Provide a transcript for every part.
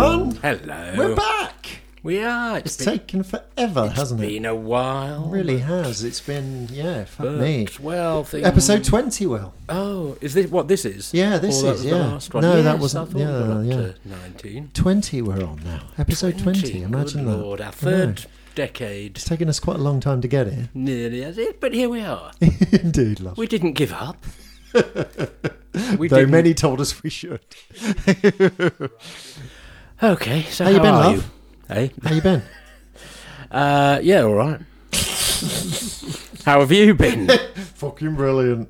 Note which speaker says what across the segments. Speaker 1: Hello.
Speaker 2: We're back.
Speaker 1: We are. It's
Speaker 2: It's taken forever, hasn't it?
Speaker 1: been a while.
Speaker 2: It really has. It's been yeah, fuck me.
Speaker 1: But, Well, thing.
Speaker 2: Episode twenty. Well,
Speaker 1: Oh, is this what this is?
Speaker 2: Yeah, this
Speaker 1: Or that
Speaker 2: is,
Speaker 1: was
Speaker 2: yeah.
Speaker 1: The last one?
Speaker 2: No,
Speaker 1: Yes,
Speaker 2: that
Speaker 1: I
Speaker 2: wasn't-
Speaker 1: thought we
Speaker 2: yeah,
Speaker 1: got up
Speaker 2: yeah.
Speaker 1: to Nineteen.
Speaker 2: twenty we're on now. Episode twenty. Imagine
Speaker 1: Good
Speaker 2: that.
Speaker 1: Lord, our
Speaker 2: I know.
Speaker 1: third decade.
Speaker 2: It's taken us quite a long time to get here.
Speaker 1: Nearly as it, but here we are.
Speaker 2: Indeed, love.
Speaker 1: We didn't give up. we
Speaker 2: Though
Speaker 1: didn't-
Speaker 2: many told us we should.
Speaker 1: Okay, so
Speaker 2: How you been,
Speaker 1: are
Speaker 2: love?
Speaker 1: you? Hey,
Speaker 2: How you been?
Speaker 1: uh, yeah, all right. How have you been?
Speaker 2: Fucking brilliant.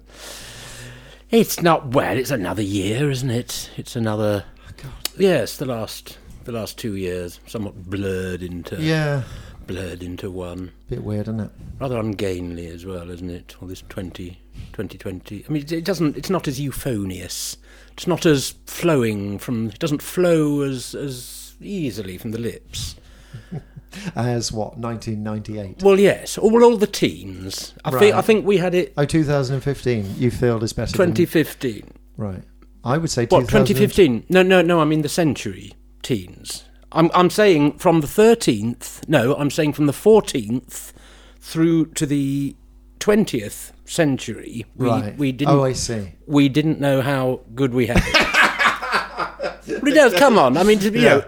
Speaker 1: It's not well. It's another year, isn't it? It's another. Yes, the last, the last two years, somewhat blurred into,
Speaker 2: Yeah.
Speaker 1: blurred into one.
Speaker 2: Bit weird, isn't it?
Speaker 1: Rather ungainly as well, isn't it? All this 20, 2020. I mean, it- it doesn't. It's not as euphonious. It's not as flowing from. It doesn't flow as as easily from the lips.
Speaker 2: As what? 1998.
Speaker 1: Well, yes. All all the teens. I think I
Speaker 2: Right. Mm-hmm.
Speaker 1: think we had it
Speaker 2: Oh, 2015. You failed as better. than-
Speaker 1: 2015.
Speaker 2: Right. I would say
Speaker 1: What
Speaker 2: 2000
Speaker 1: 2015? No, no, no. I mean the century teens. I'm I'm saying from the 13th. No, I'm saying from the 14th through to the 20th century. We
Speaker 2: Right.
Speaker 1: we didn't
Speaker 2: Oh, I see.
Speaker 1: we didn't know how good we had it. but it does. Come on. I mean, to be, you know,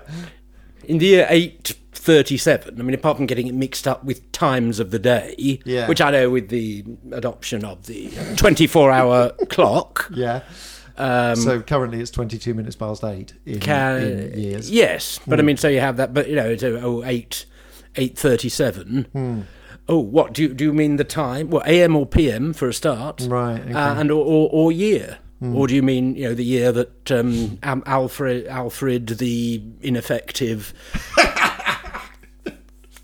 Speaker 1: in the year eight thirty-seven. I mean, apart from getting it mixed up with times of the day,
Speaker 2: Yeah.
Speaker 1: which I know with the adoption of the twenty-four hour clock. uh,
Speaker 2: Yeah. so currently it's 22 minutes past eight in,
Speaker 1: Mm. Ca-
Speaker 2: in years.
Speaker 1: Yes, but I mean, so you have that, but you know, it's uh, oh eight, eight thirty-seven.
Speaker 2: Hmm.
Speaker 1: Oh, what do you do? You mean the time? Well, AM or PM for a start,
Speaker 2: Right, okay. Hmm.
Speaker 1: Uh, and or, or, or year, or do you mean you know the year that um, Am- Alfred Alfred the ineffective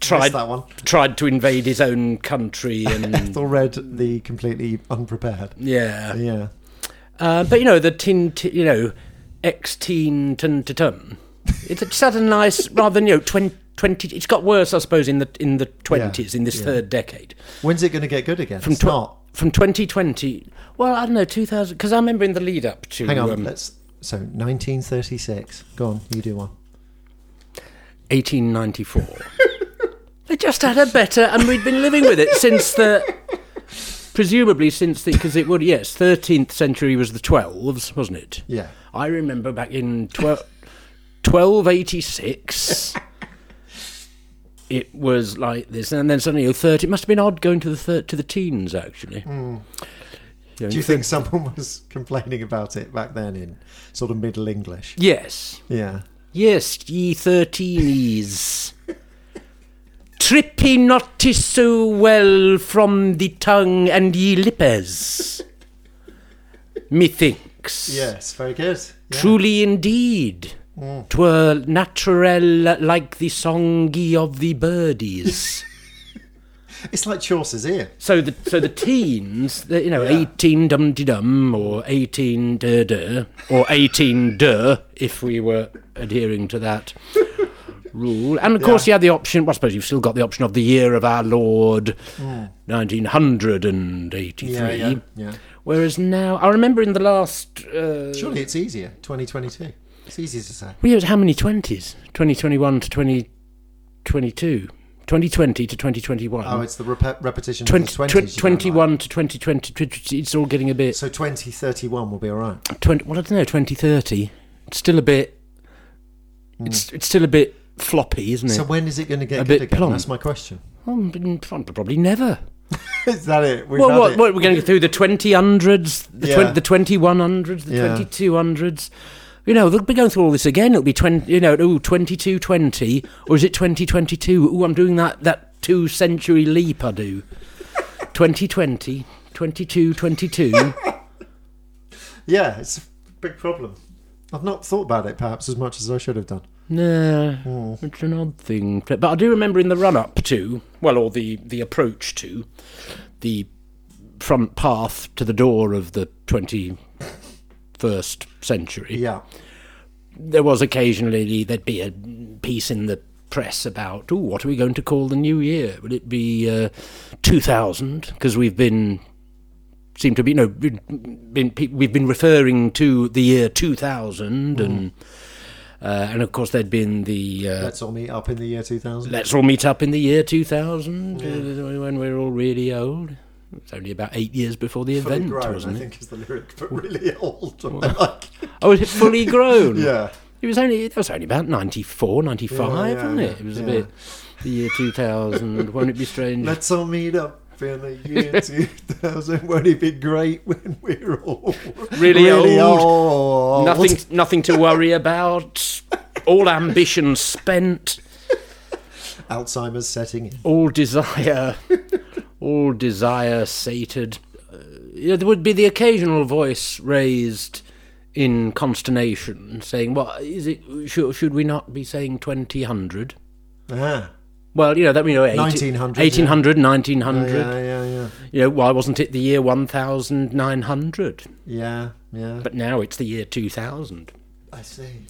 Speaker 1: tried
Speaker 2: that one.
Speaker 1: tried to invade his own country and
Speaker 2: Ethel read the completely unprepared.
Speaker 1: Mm. yeah,
Speaker 2: Yeah.
Speaker 1: Uh, but you know the tin, ti you know, ex teen tun to tun. It's just had a nice rather than you know twenty. 20, it's got worse, I suppose, in the in the twenties, in this
Speaker 2: yeah.
Speaker 1: third decade,
Speaker 2: When's it going to get good again? From it's
Speaker 1: tw-
Speaker 2: not.
Speaker 1: from twenty twenty. Well, I don't know two thousand because I remember in the lead up to
Speaker 2: Hang on.
Speaker 1: um,
Speaker 2: let's. So 1936. Go on. You do one.
Speaker 1: 1894. they just had a better, and we'd been living with it since the. Presumably since the. Because it would, yes, 13th century was the 12s, wasn't it?
Speaker 2: Yeah.
Speaker 1: I remember back in 12, 1286. It was like this, and then suddenly you're 30. It must have been odd going to the thir- to the teens, actually. You know,
Speaker 2: Do you think someone was complaining about it back then in sort of Middle English?
Speaker 1: Yes.
Speaker 2: Yeah.
Speaker 1: Yes, ye thirteenies. Trippy not so well from the tongue and ye lippers. Methinks.
Speaker 2: Yes. Very good. Yeah. Mm.
Speaker 1: Truly indeed. Twere natural like the songy of the birdies.
Speaker 2: It's like Chaucer's ear.
Speaker 1: so the so the teens, the, you know, eighteen dum de dum or eighteen de de or eighteen de, if we were adhering to that rule. And of course, you had the option. Well, I suppose you've still got the option of the year of our Lord, nineteen hundred and eighty-three.
Speaker 2: Mm. Yeah. Yeah. yeah.
Speaker 1: Whereas now, I remember in the last. Uh,
Speaker 2: Surely it's easier. 2022. It's easier to say.
Speaker 1: Well, yeah, it was how many 20s? 2021 to 2022. 2020 to 2021.
Speaker 2: Oh, it's the rep- repetition.
Speaker 1: 20,
Speaker 2: of the 20s,
Speaker 1: twen-
Speaker 2: you don't like.
Speaker 1: 21 to 2020. tw- It's all getting a bit.
Speaker 2: So 2031 will be all right.
Speaker 1: 20, well, I don't know, 2030. It's still a bit. It's, it's still a bit floppy, isn't it?
Speaker 2: Hmm. So when is it going to get
Speaker 1: A
Speaker 2: good
Speaker 1: bit
Speaker 2: again?
Speaker 1: plump.
Speaker 2: That's my question.
Speaker 1: Well, mm, probably never.
Speaker 2: is that it? We've
Speaker 1: Well, what, what, we're going to go through the 2000s, the,
Speaker 2: Yeah.
Speaker 1: twen- the 2100s, the
Speaker 2: Yeah.
Speaker 1: 2200s. You know, they'll be going through all this again. It'll be 20, you know, ooh, 2220, or is it 2022? Ooh, I'm doing that, that two century leap I do. 2020, 22, 22.
Speaker 2: Yeah, it's a big problem. I've not thought about it perhaps as much as I should have done.
Speaker 1: no,
Speaker 2: Hmm.
Speaker 1: it's an odd thing. But but I do remember in the run up to, well, or the, the approach to, the front path to the door of the 21st century.
Speaker 2: Yeah.
Speaker 1: there was occasionally there'd be a piece in the press about oh what are we going to call the new year would it be uh, 2000 because we've been seem to be no
Speaker 2: Mm.
Speaker 1: been, been pe- we've been referring to the year 2000 and Uh, and of course, there'd been the uh,
Speaker 2: Let's all meet up in the year 2000.
Speaker 1: let's all meet up in the year 2000 uh, when we're all really old. It's only about eight years before the
Speaker 2: Fully
Speaker 1: event,
Speaker 2: grown, I
Speaker 1: wasn't it?
Speaker 2: think, is the lyric, but really old. like,
Speaker 1: Oh, was it fully grown?
Speaker 2: yeah.
Speaker 1: It was only it was only about 94, 95,
Speaker 2: Yeah, yeah,
Speaker 1: wasn't it?
Speaker 2: yeah,
Speaker 1: It was a
Speaker 2: yeah.
Speaker 1: bit the year 2000. Won't it be strange?
Speaker 2: Let's all meet up in the year 2000. Won't it be great when we're all
Speaker 1: Really old.
Speaker 2: old?
Speaker 1: nothing, nothing to worry about. All ambition spent.
Speaker 2: Alzheimer's setting in.
Speaker 1: all desire, all desire sated. Uh, you know, there would be the occasional voice raised in consternation, saying, "What is it? Should, should we not be saying twenty hundred?
Speaker 2: Ah.
Speaker 1: Well, you know that we know
Speaker 2: 1900,
Speaker 1: 1800, 1900.
Speaker 2: Oh, Yeah, yeah, yeah.
Speaker 1: You know, why wasn't it the year one thousand nine hundred?
Speaker 2: Yeah, yeah.
Speaker 1: But now it's the year two thousand.
Speaker 2: I see.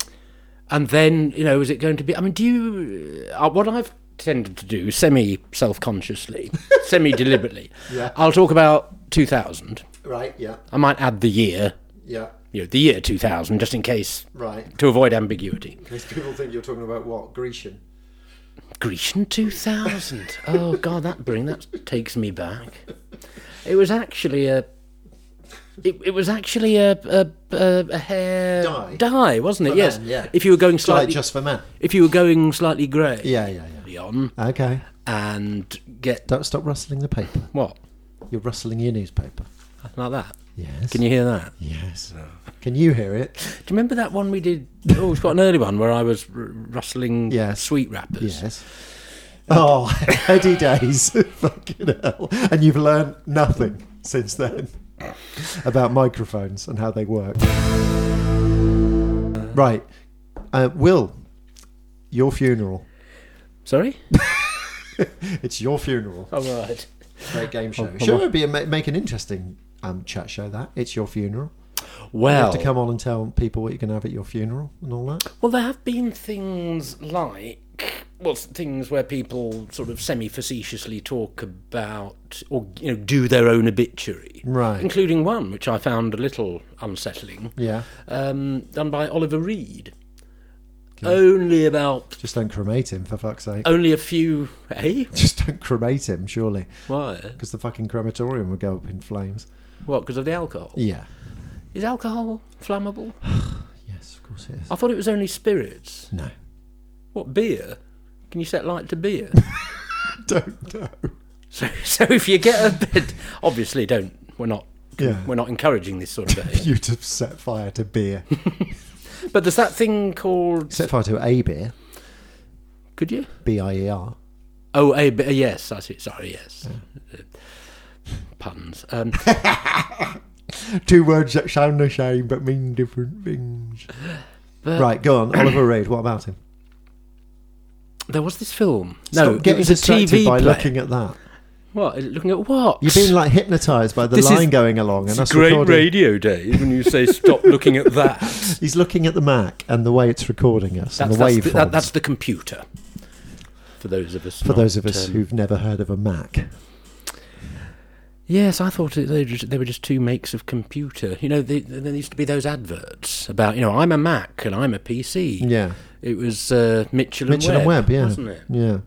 Speaker 1: And then, you know, is it going to be? I mean, do you? Uh, what I've tended to do, semi self consciously, semi deliberately,
Speaker 2: Yeah.
Speaker 1: I'll talk about 2000.
Speaker 2: Right, yeah,
Speaker 1: I might add the year,
Speaker 2: yeah,
Speaker 1: you know, the year 2000, just in case,
Speaker 2: right.
Speaker 1: to avoid ambiguity.
Speaker 2: Because people think you're talking about what? Grecian.
Speaker 1: Grecian 2000. Oh, God, that bring that takes me back. It was actually a. It, it was actually a a, a, a hair
Speaker 2: Dye.
Speaker 1: wasn't it?
Speaker 2: For
Speaker 1: yes.
Speaker 2: men, yeah.
Speaker 1: If you were going
Speaker 2: Like
Speaker 1: slightly,
Speaker 2: just for men.
Speaker 1: if you were going slightly grey,
Speaker 2: Yeah, yeah, yeah.
Speaker 1: on,
Speaker 2: Okay.
Speaker 1: and get
Speaker 2: Don't stop rustling the paper.
Speaker 1: what
Speaker 2: You're rustling your newspaper.
Speaker 1: like that.
Speaker 2: Yes.
Speaker 1: Can you hear that?
Speaker 2: Yes. Can you hear it?
Speaker 1: Do you remember that one we did? Oh, it's quite an early one where I was r- rustling
Speaker 2: Yes.
Speaker 1: sweet wrappers.
Speaker 2: Yes. Oh, heady days. Fucking hell. And you've learned nothing since then about microphones and how they work. Right. Uh, Will, your funeral.
Speaker 1: Sorry.
Speaker 2: It's your funeral.
Speaker 1: All right. Oh,
Speaker 2: Great game show. Sure, it'd be a, ma- make an interesting um, chat show. That it's your funeral. You
Speaker 1: Well,
Speaker 2: have to come on and tell people what you're going to have at your funeral and all that.
Speaker 1: well, there have been things like well, things where people sort of semi-facetiously talk about or you know do their own obituary,
Speaker 2: Right.
Speaker 1: Including one which I found a little unsettling,
Speaker 2: Yeah.
Speaker 1: um, done by Oliver Reed. Only about
Speaker 2: Just don't cremate him for fuck's sake.
Speaker 1: only a few. Eh?
Speaker 2: Just don't cremate him, surely,
Speaker 1: Why?
Speaker 2: because the fucking crematorium would go up in flames.
Speaker 1: What? Because of the alcohol?
Speaker 2: Yeah.
Speaker 1: Is alcohol flammable?
Speaker 2: Yes, of course it is.
Speaker 1: I thought it was only spirits.
Speaker 2: No.
Speaker 1: What beer? Can you set light to beer?
Speaker 2: Don't know.
Speaker 1: so, so if you get a bit, obviously don't. We're not.
Speaker 2: Yeah.
Speaker 1: We're not encouraging this sort of behavior.
Speaker 2: You'd have set fire to beer.
Speaker 1: But there's that thing called.
Speaker 2: set fire to a beer.
Speaker 1: Could you?
Speaker 2: B I E R.
Speaker 1: Oh, a bit. Yes, I see. Sorry, yes. Uh, Puns. Um,
Speaker 2: Two words that sound the same but mean different things.
Speaker 1: But-
Speaker 2: right, go on. Oliver Reed, what about him?
Speaker 1: there was this film. No,
Speaker 2: Stop
Speaker 1: it
Speaker 2: getting
Speaker 1: was a
Speaker 2: distracted
Speaker 1: TV
Speaker 2: by
Speaker 1: play.
Speaker 2: looking at that.
Speaker 1: What? Looking at what?
Speaker 2: You've been like hypnotised by the
Speaker 1: This is-
Speaker 2: line going along, and
Speaker 1: It's
Speaker 2: that's
Speaker 1: great
Speaker 2: recording.
Speaker 1: radio days when you say stop looking at that. That's,
Speaker 2: He's looking at the Mac and the way it's recording us and
Speaker 1: that's,
Speaker 2: the waveforms.
Speaker 1: the, that, that's the computer. For those of us.
Speaker 2: for those of
Speaker 1: not,
Speaker 2: us
Speaker 1: um,
Speaker 2: who've never heard of a Mac.
Speaker 1: Yes, I thought it, they, were just, they were just two makes of computer. You know, the, the- there used to be those adverts about, you know, I'm a Mac and I'm a PC.
Speaker 2: Yeah,
Speaker 1: It was uh, Mitchell,
Speaker 2: Mitchell and
Speaker 1: and
Speaker 2: Webb.
Speaker 1: Webb,
Speaker 2: Yeah,
Speaker 1: wasn't it?
Speaker 2: yeah.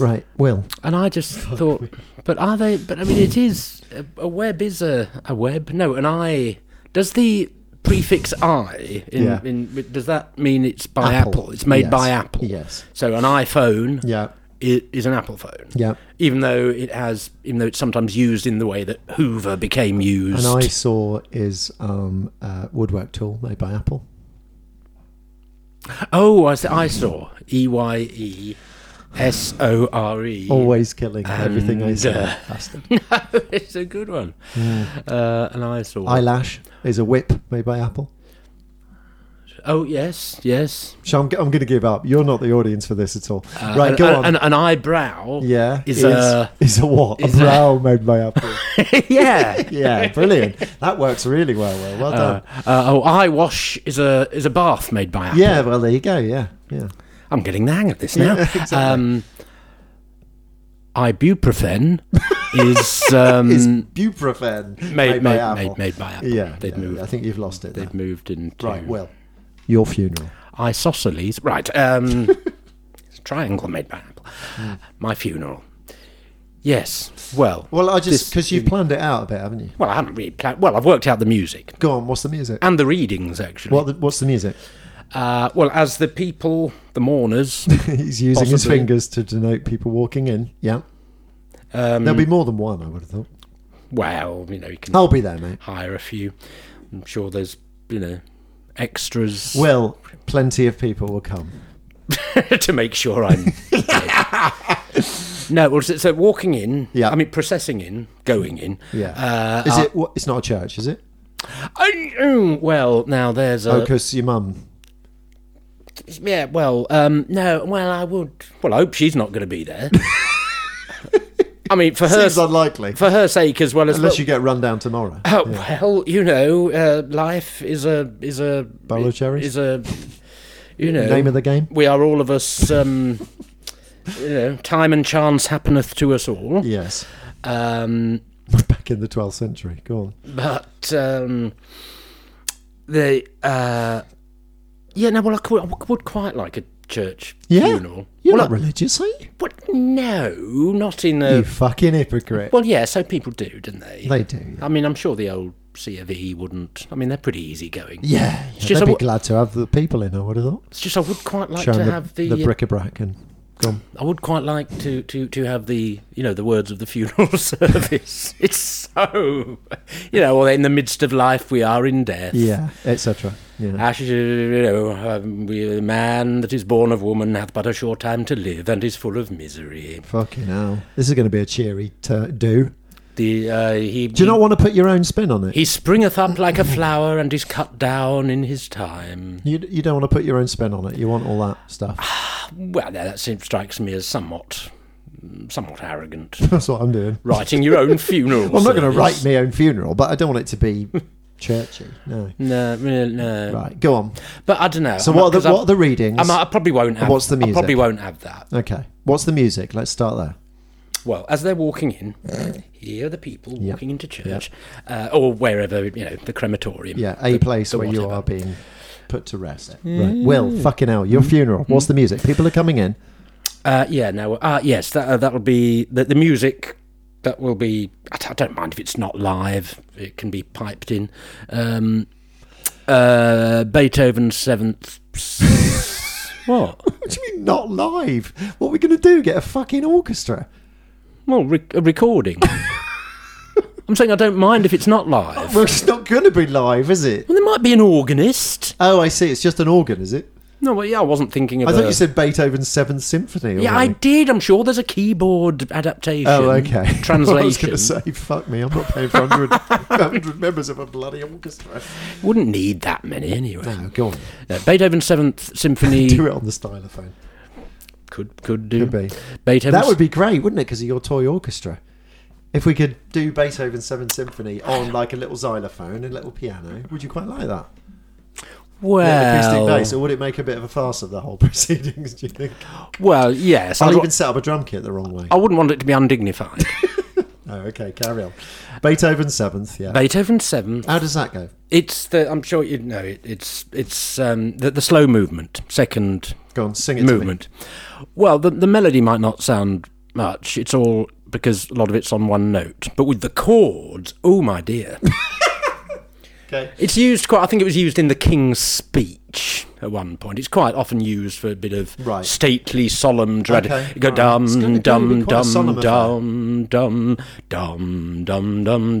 Speaker 2: Right, Will.
Speaker 1: And I just thought, but are they? But I mean, it is a, a web is a, a web. No, an I does the prefix I in,
Speaker 2: Yeah.
Speaker 1: in does that mean it's by Apple? It's made
Speaker 2: Yes.
Speaker 1: by Apple.
Speaker 2: Yes.
Speaker 1: So an iPhone
Speaker 2: Yeah.
Speaker 1: i- is an Apple phone.
Speaker 2: Yeah.
Speaker 1: Even though it has, even though it's sometimes used in the way that Hoover became used.
Speaker 2: An eyesore is um, a woodwork tool made by Apple.
Speaker 1: Oh, I, see, I saw E Y E S O R E.
Speaker 2: Always killing everything I
Speaker 1: And,
Speaker 2: say.
Speaker 1: uh,
Speaker 2: bastard.
Speaker 1: it's a good one.
Speaker 2: Hmm.
Speaker 1: Uh, and I saw.
Speaker 2: Eyelash is a whip made by Apple.
Speaker 1: oh yes, yes.
Speaker 2: So I'm, I'm going to give up. You're not the audience for this at all.
Speaker 1: Uh,
Speaker 2: right,
Speaker 1: an,
Speaker 2: go
Speaker 1: an-
Speaker 2: on.
Speaker 1: An, an eyebrow.
Speaker 2: yeah,
Speaker 1: is a-
Speaker 2: is a what?
Speaker 1: is
Speaker 2: a
Speaker 1: a-
Speaker 2: brow made by Apple.
Speaker 1: yeah.
Speaker 2: yeah, brilliant. That works really well. Well, well
Speaker 1: Uh,
Speaker 2: done.
Speaker 1: uh, oh, eye wash is a is a bath made by Apple.
Speaker 2: yeah, well there you go. Yeah, yeah.
Speaker 1: I'm getting the hang of this now.
Speaker 2: Yeah, exactly.
Speaker 1: um, ibuprofen is um,
Speaker 2: Is buprofen made,
Speaker 1: made, made,
Speaker 2: by
Speaker 1: made,
Speaker 2: Apple?
Speaker 1: made by Apple.
Speaker 2: Yeah,
Speaker 1: they've
Speaker 2: yeah,
Speaker 1: moved.
Speaker 2: I think you've lost it. now.
Speaker 1: They've moved into
Speaker 2: Right, well, your funeral.
Speaker 1: isosceles. Right. Um, it's a triangle made by an apple. My funeral. Yes. Well.
Speaker 2: Well, I just
Speaker 1: this-
Speaker 2: because you've planned it out a bit, haven't you?
Speaker 1: well, I haven't really planned. Well, I've worked out the music
Speaker 2: Go on. What's the music?
Speaker 1: and the readings actually.
Speaker 2: What the, what's the music?
Speaker 1: Uh, well, as the people, the mourners,
Speaker 2: He's using his
Speaker 1: Possibly.
Speaker 2: fingers to denote people walking in. Yeah.
Speaker 1: Um,
Speaker 2: There'll be more than one, I would have thought.
Speaker 1: well, you know, you can
Speaker 2: I'll be there, mate.
Speaker 1: hire a few. I'm sure there's, you know, extras
Speaker 2: Well, plenty of people will come.
Speaker 1: to make sure I'm. dead. No, well, so, so walking in,
Speaker 2: Yeah.
Speaker 1: I mean, processing in, going in.
Speaker 2: Yeah.
Speaker 1: Uh,
Speaker 2: is it? What, it's not a church, is it?
Speaker 1: oh, oh, well, now there's
Speaker 2: Oh,
Speaker 1: a.
Speaker 2: 'cause your mum.
Speaker 1: Yeah, well, um, no, well, I would. Well, I hope she's not going to be there. I mean, for her,
Speaker 2: Seems unlikely.
Speaker 1: for her sake as well as
Speaker 2: Unless you get run down tomorrow.
Speaker 1: Oh, well, you know, uh, life is a is a
Speaker 2: Bowl of cherries?
Speaker 1: Is a you know
Speaker 2: Name of the game?
Speaker 1: We are all of us. Um, you know, time and chance happeneth to us all.
Speaker 2: Yes.
Speaker 1: Um,
Speaker 2: Back in the 12th century. Go on.
Speaker 1: but um, the uh, yeah, no, well, I could- I would, quite like a church
Speaker 2: Yeah.
Speaker 1: funeral.
Speaker 2: You're
Speaker 1: well,
Speaker 2: not religious, are you?
Speaker 1: I- what? No, not in a.
Speaker 2: You fucking hypocrite.
Speaker 1: Well, yeah, so people do, don't they?
Speaker 2: They do.
Speaker 1: I mean, I'm sure the old C of E wouldn't. I mean, they're pretty easygoing.
Speaker 2: Yeah. yeah
Speaker 1: just
Speaker 2: they'd
Speaker 1: a
Speaker 2: be
Speaker 1: wa-
Speaker 2: glad to have the people in, I would have thought.
Speaker 1: It's just I would quite like
Speaker 2: Showing
Speaker 1: to
Speaker 2: the,
Speaker 1: have the, uh,
Speaker 2: the uh, bric-a-brac and go on.
Speaker 1: I would quite like to, to, to have the you know the words of the funeral service. It's so you know, or in the midst of life we are in death.
Speaker 2: Yeah, etc. Yeah.
Speaker 1: Ashes, you know, um, we- a man that is born of woman hath but a short time to live and is full of misery.
Speaker 2: Fucking hell. This is going to be a cheery t- do.
Speaker 1: The uh, he
Speaker 2: Do you not want to put your own spin on it?
Speaker 1: he springeth up like a flower and is cut down in his time.
Speaker 2: You, you don't want to put your own spin on it. You want all that stuff.
Speaker 1: Well, no, that seems strikes me as somewhat somewhat arrogant.
Speaker 2: That's what I'm doing.
Speaker 1: Writing your own funeral.
Speaker 2: Well, I'm not going to
Speaker 1: service.
Speaker 2: write my own funeral, but I don't want it to be churchy. No.
Speaker 1: No, no, no.
Speaker 2: Right, go on.
Speaker 1: But I don't know.
Speaker 2: So what are the, what are the readings?
Speaker 1: I, might- I probably won't have.
Speaker 2: what's the
Speaker 1: I
Speaker 2: music?
Speaker 1: probably won't have that.
Speaker 2: okay. What's the music? Let's start there.
Speaker 1: Well, as they're walking in, here are the people walking into church, uh, or wherever you know the crematorium.
Speaker 2: Yeah, a place
Speaker 1: the
Speaker 2: where you
Speaker 1: whatever.
Speaker 2: are being put to rest. Right. Will, fucking hell, your funeral. What's the music? People are coming in.
Speaker 1: Uh, yeah. No. Uh, yes. That uh, that will be the, the music. That will be. I, d- I don't mind if it's not live. It can be piped in. Um, uh, Beethoven's seventh. s- what?
Speaker 2: What do you mean not live? What are we going to do? Get a fucking orchestra?
Speaker 1: Well, re- a recording. I'm saying I don't mind if it's not live.
Speaker 2: Well, it's not going to be live, is it?
Speaker 1: Well, there might be an organist.
Speaker 2: Oh, I see. It's just an organ, is it? Uh,
Speaker 1: No, well, yeah, I wasn't thinking of.
Speaker 2: I
Speaker 1: a-
Speaker 2: thought you said Beethoven's Seventh Symphony. Or
Speaker 1: Yeah, I
Speaker 2: something.
Speaker 1: did. I'm sure there's a keyboard adaptation.
Speaker 2: Oh, okay.
Speaker 1: Translation.
Speaker 2: I was going to say, fuck me. I'm not paying for 100, 100 members of a bloody orchestra.
Speaker 1: Wouldn't need that many anyway.
Speaker 2: No, go on.
Speaker 1: No, Beethoven's Seventh Symphony
Speaker 2: Do it on the stylophone.
Speaker 1: could could do.
Speaker 2: Could be.
Speaker 1: Beethoven's.
Speaker 2: That would be great, wouldn't it? Because of your toy orchestra. If we could do Beethoven's Seventh Symphony on like a little xylophone and a little piano, would you quite like that? Little acoustic
Speaker 1: well,
Speaker 2: bass, or would it make a bit of a farce of the whole proceedings? Do you think?
Speaker 1: well, yes.
Speaker 2: I'll
Speaker 1: I'd,
Speaker 2: even set up a drum kit the wrong way.
Speaker 1: I wouldn't want it to be undignified.
Speaker 2: Oh, okay, carry on. Beethoven Seventh, yeah.
Speaker 1: Beethoven's Seventh.
Speaker 2: How does that go?
Speaker 1: It's the. I'm sure you know. It, it's it's um, the, the slow movement. Second
Speaker 2: Go on, sing it
Speaker 1: movement. Well, the, the melody might not sound much. It's all because a lot of it's on one note. But with the chords, oh my dear.
Speaker 2: to me. Okay.
Speaker 1: it's used quite, I think it was used in the King's speech at one point. It's quite often used for a bit of
Speaker 2: Right.
Speaker 1: stately, solemn, dread.
Speaker 2: Okay,
Speaker 1: You go
Speaker 2: all right. It's gonna-
Speaker 1: dum,
Speaker 2: gonna be
Speaker 1: dum,
Speaker 2: quite a solemn
Speaker 1: dum,
Speaker 2: affair.
Speaker 1: dum, dum, dum, dum, dum,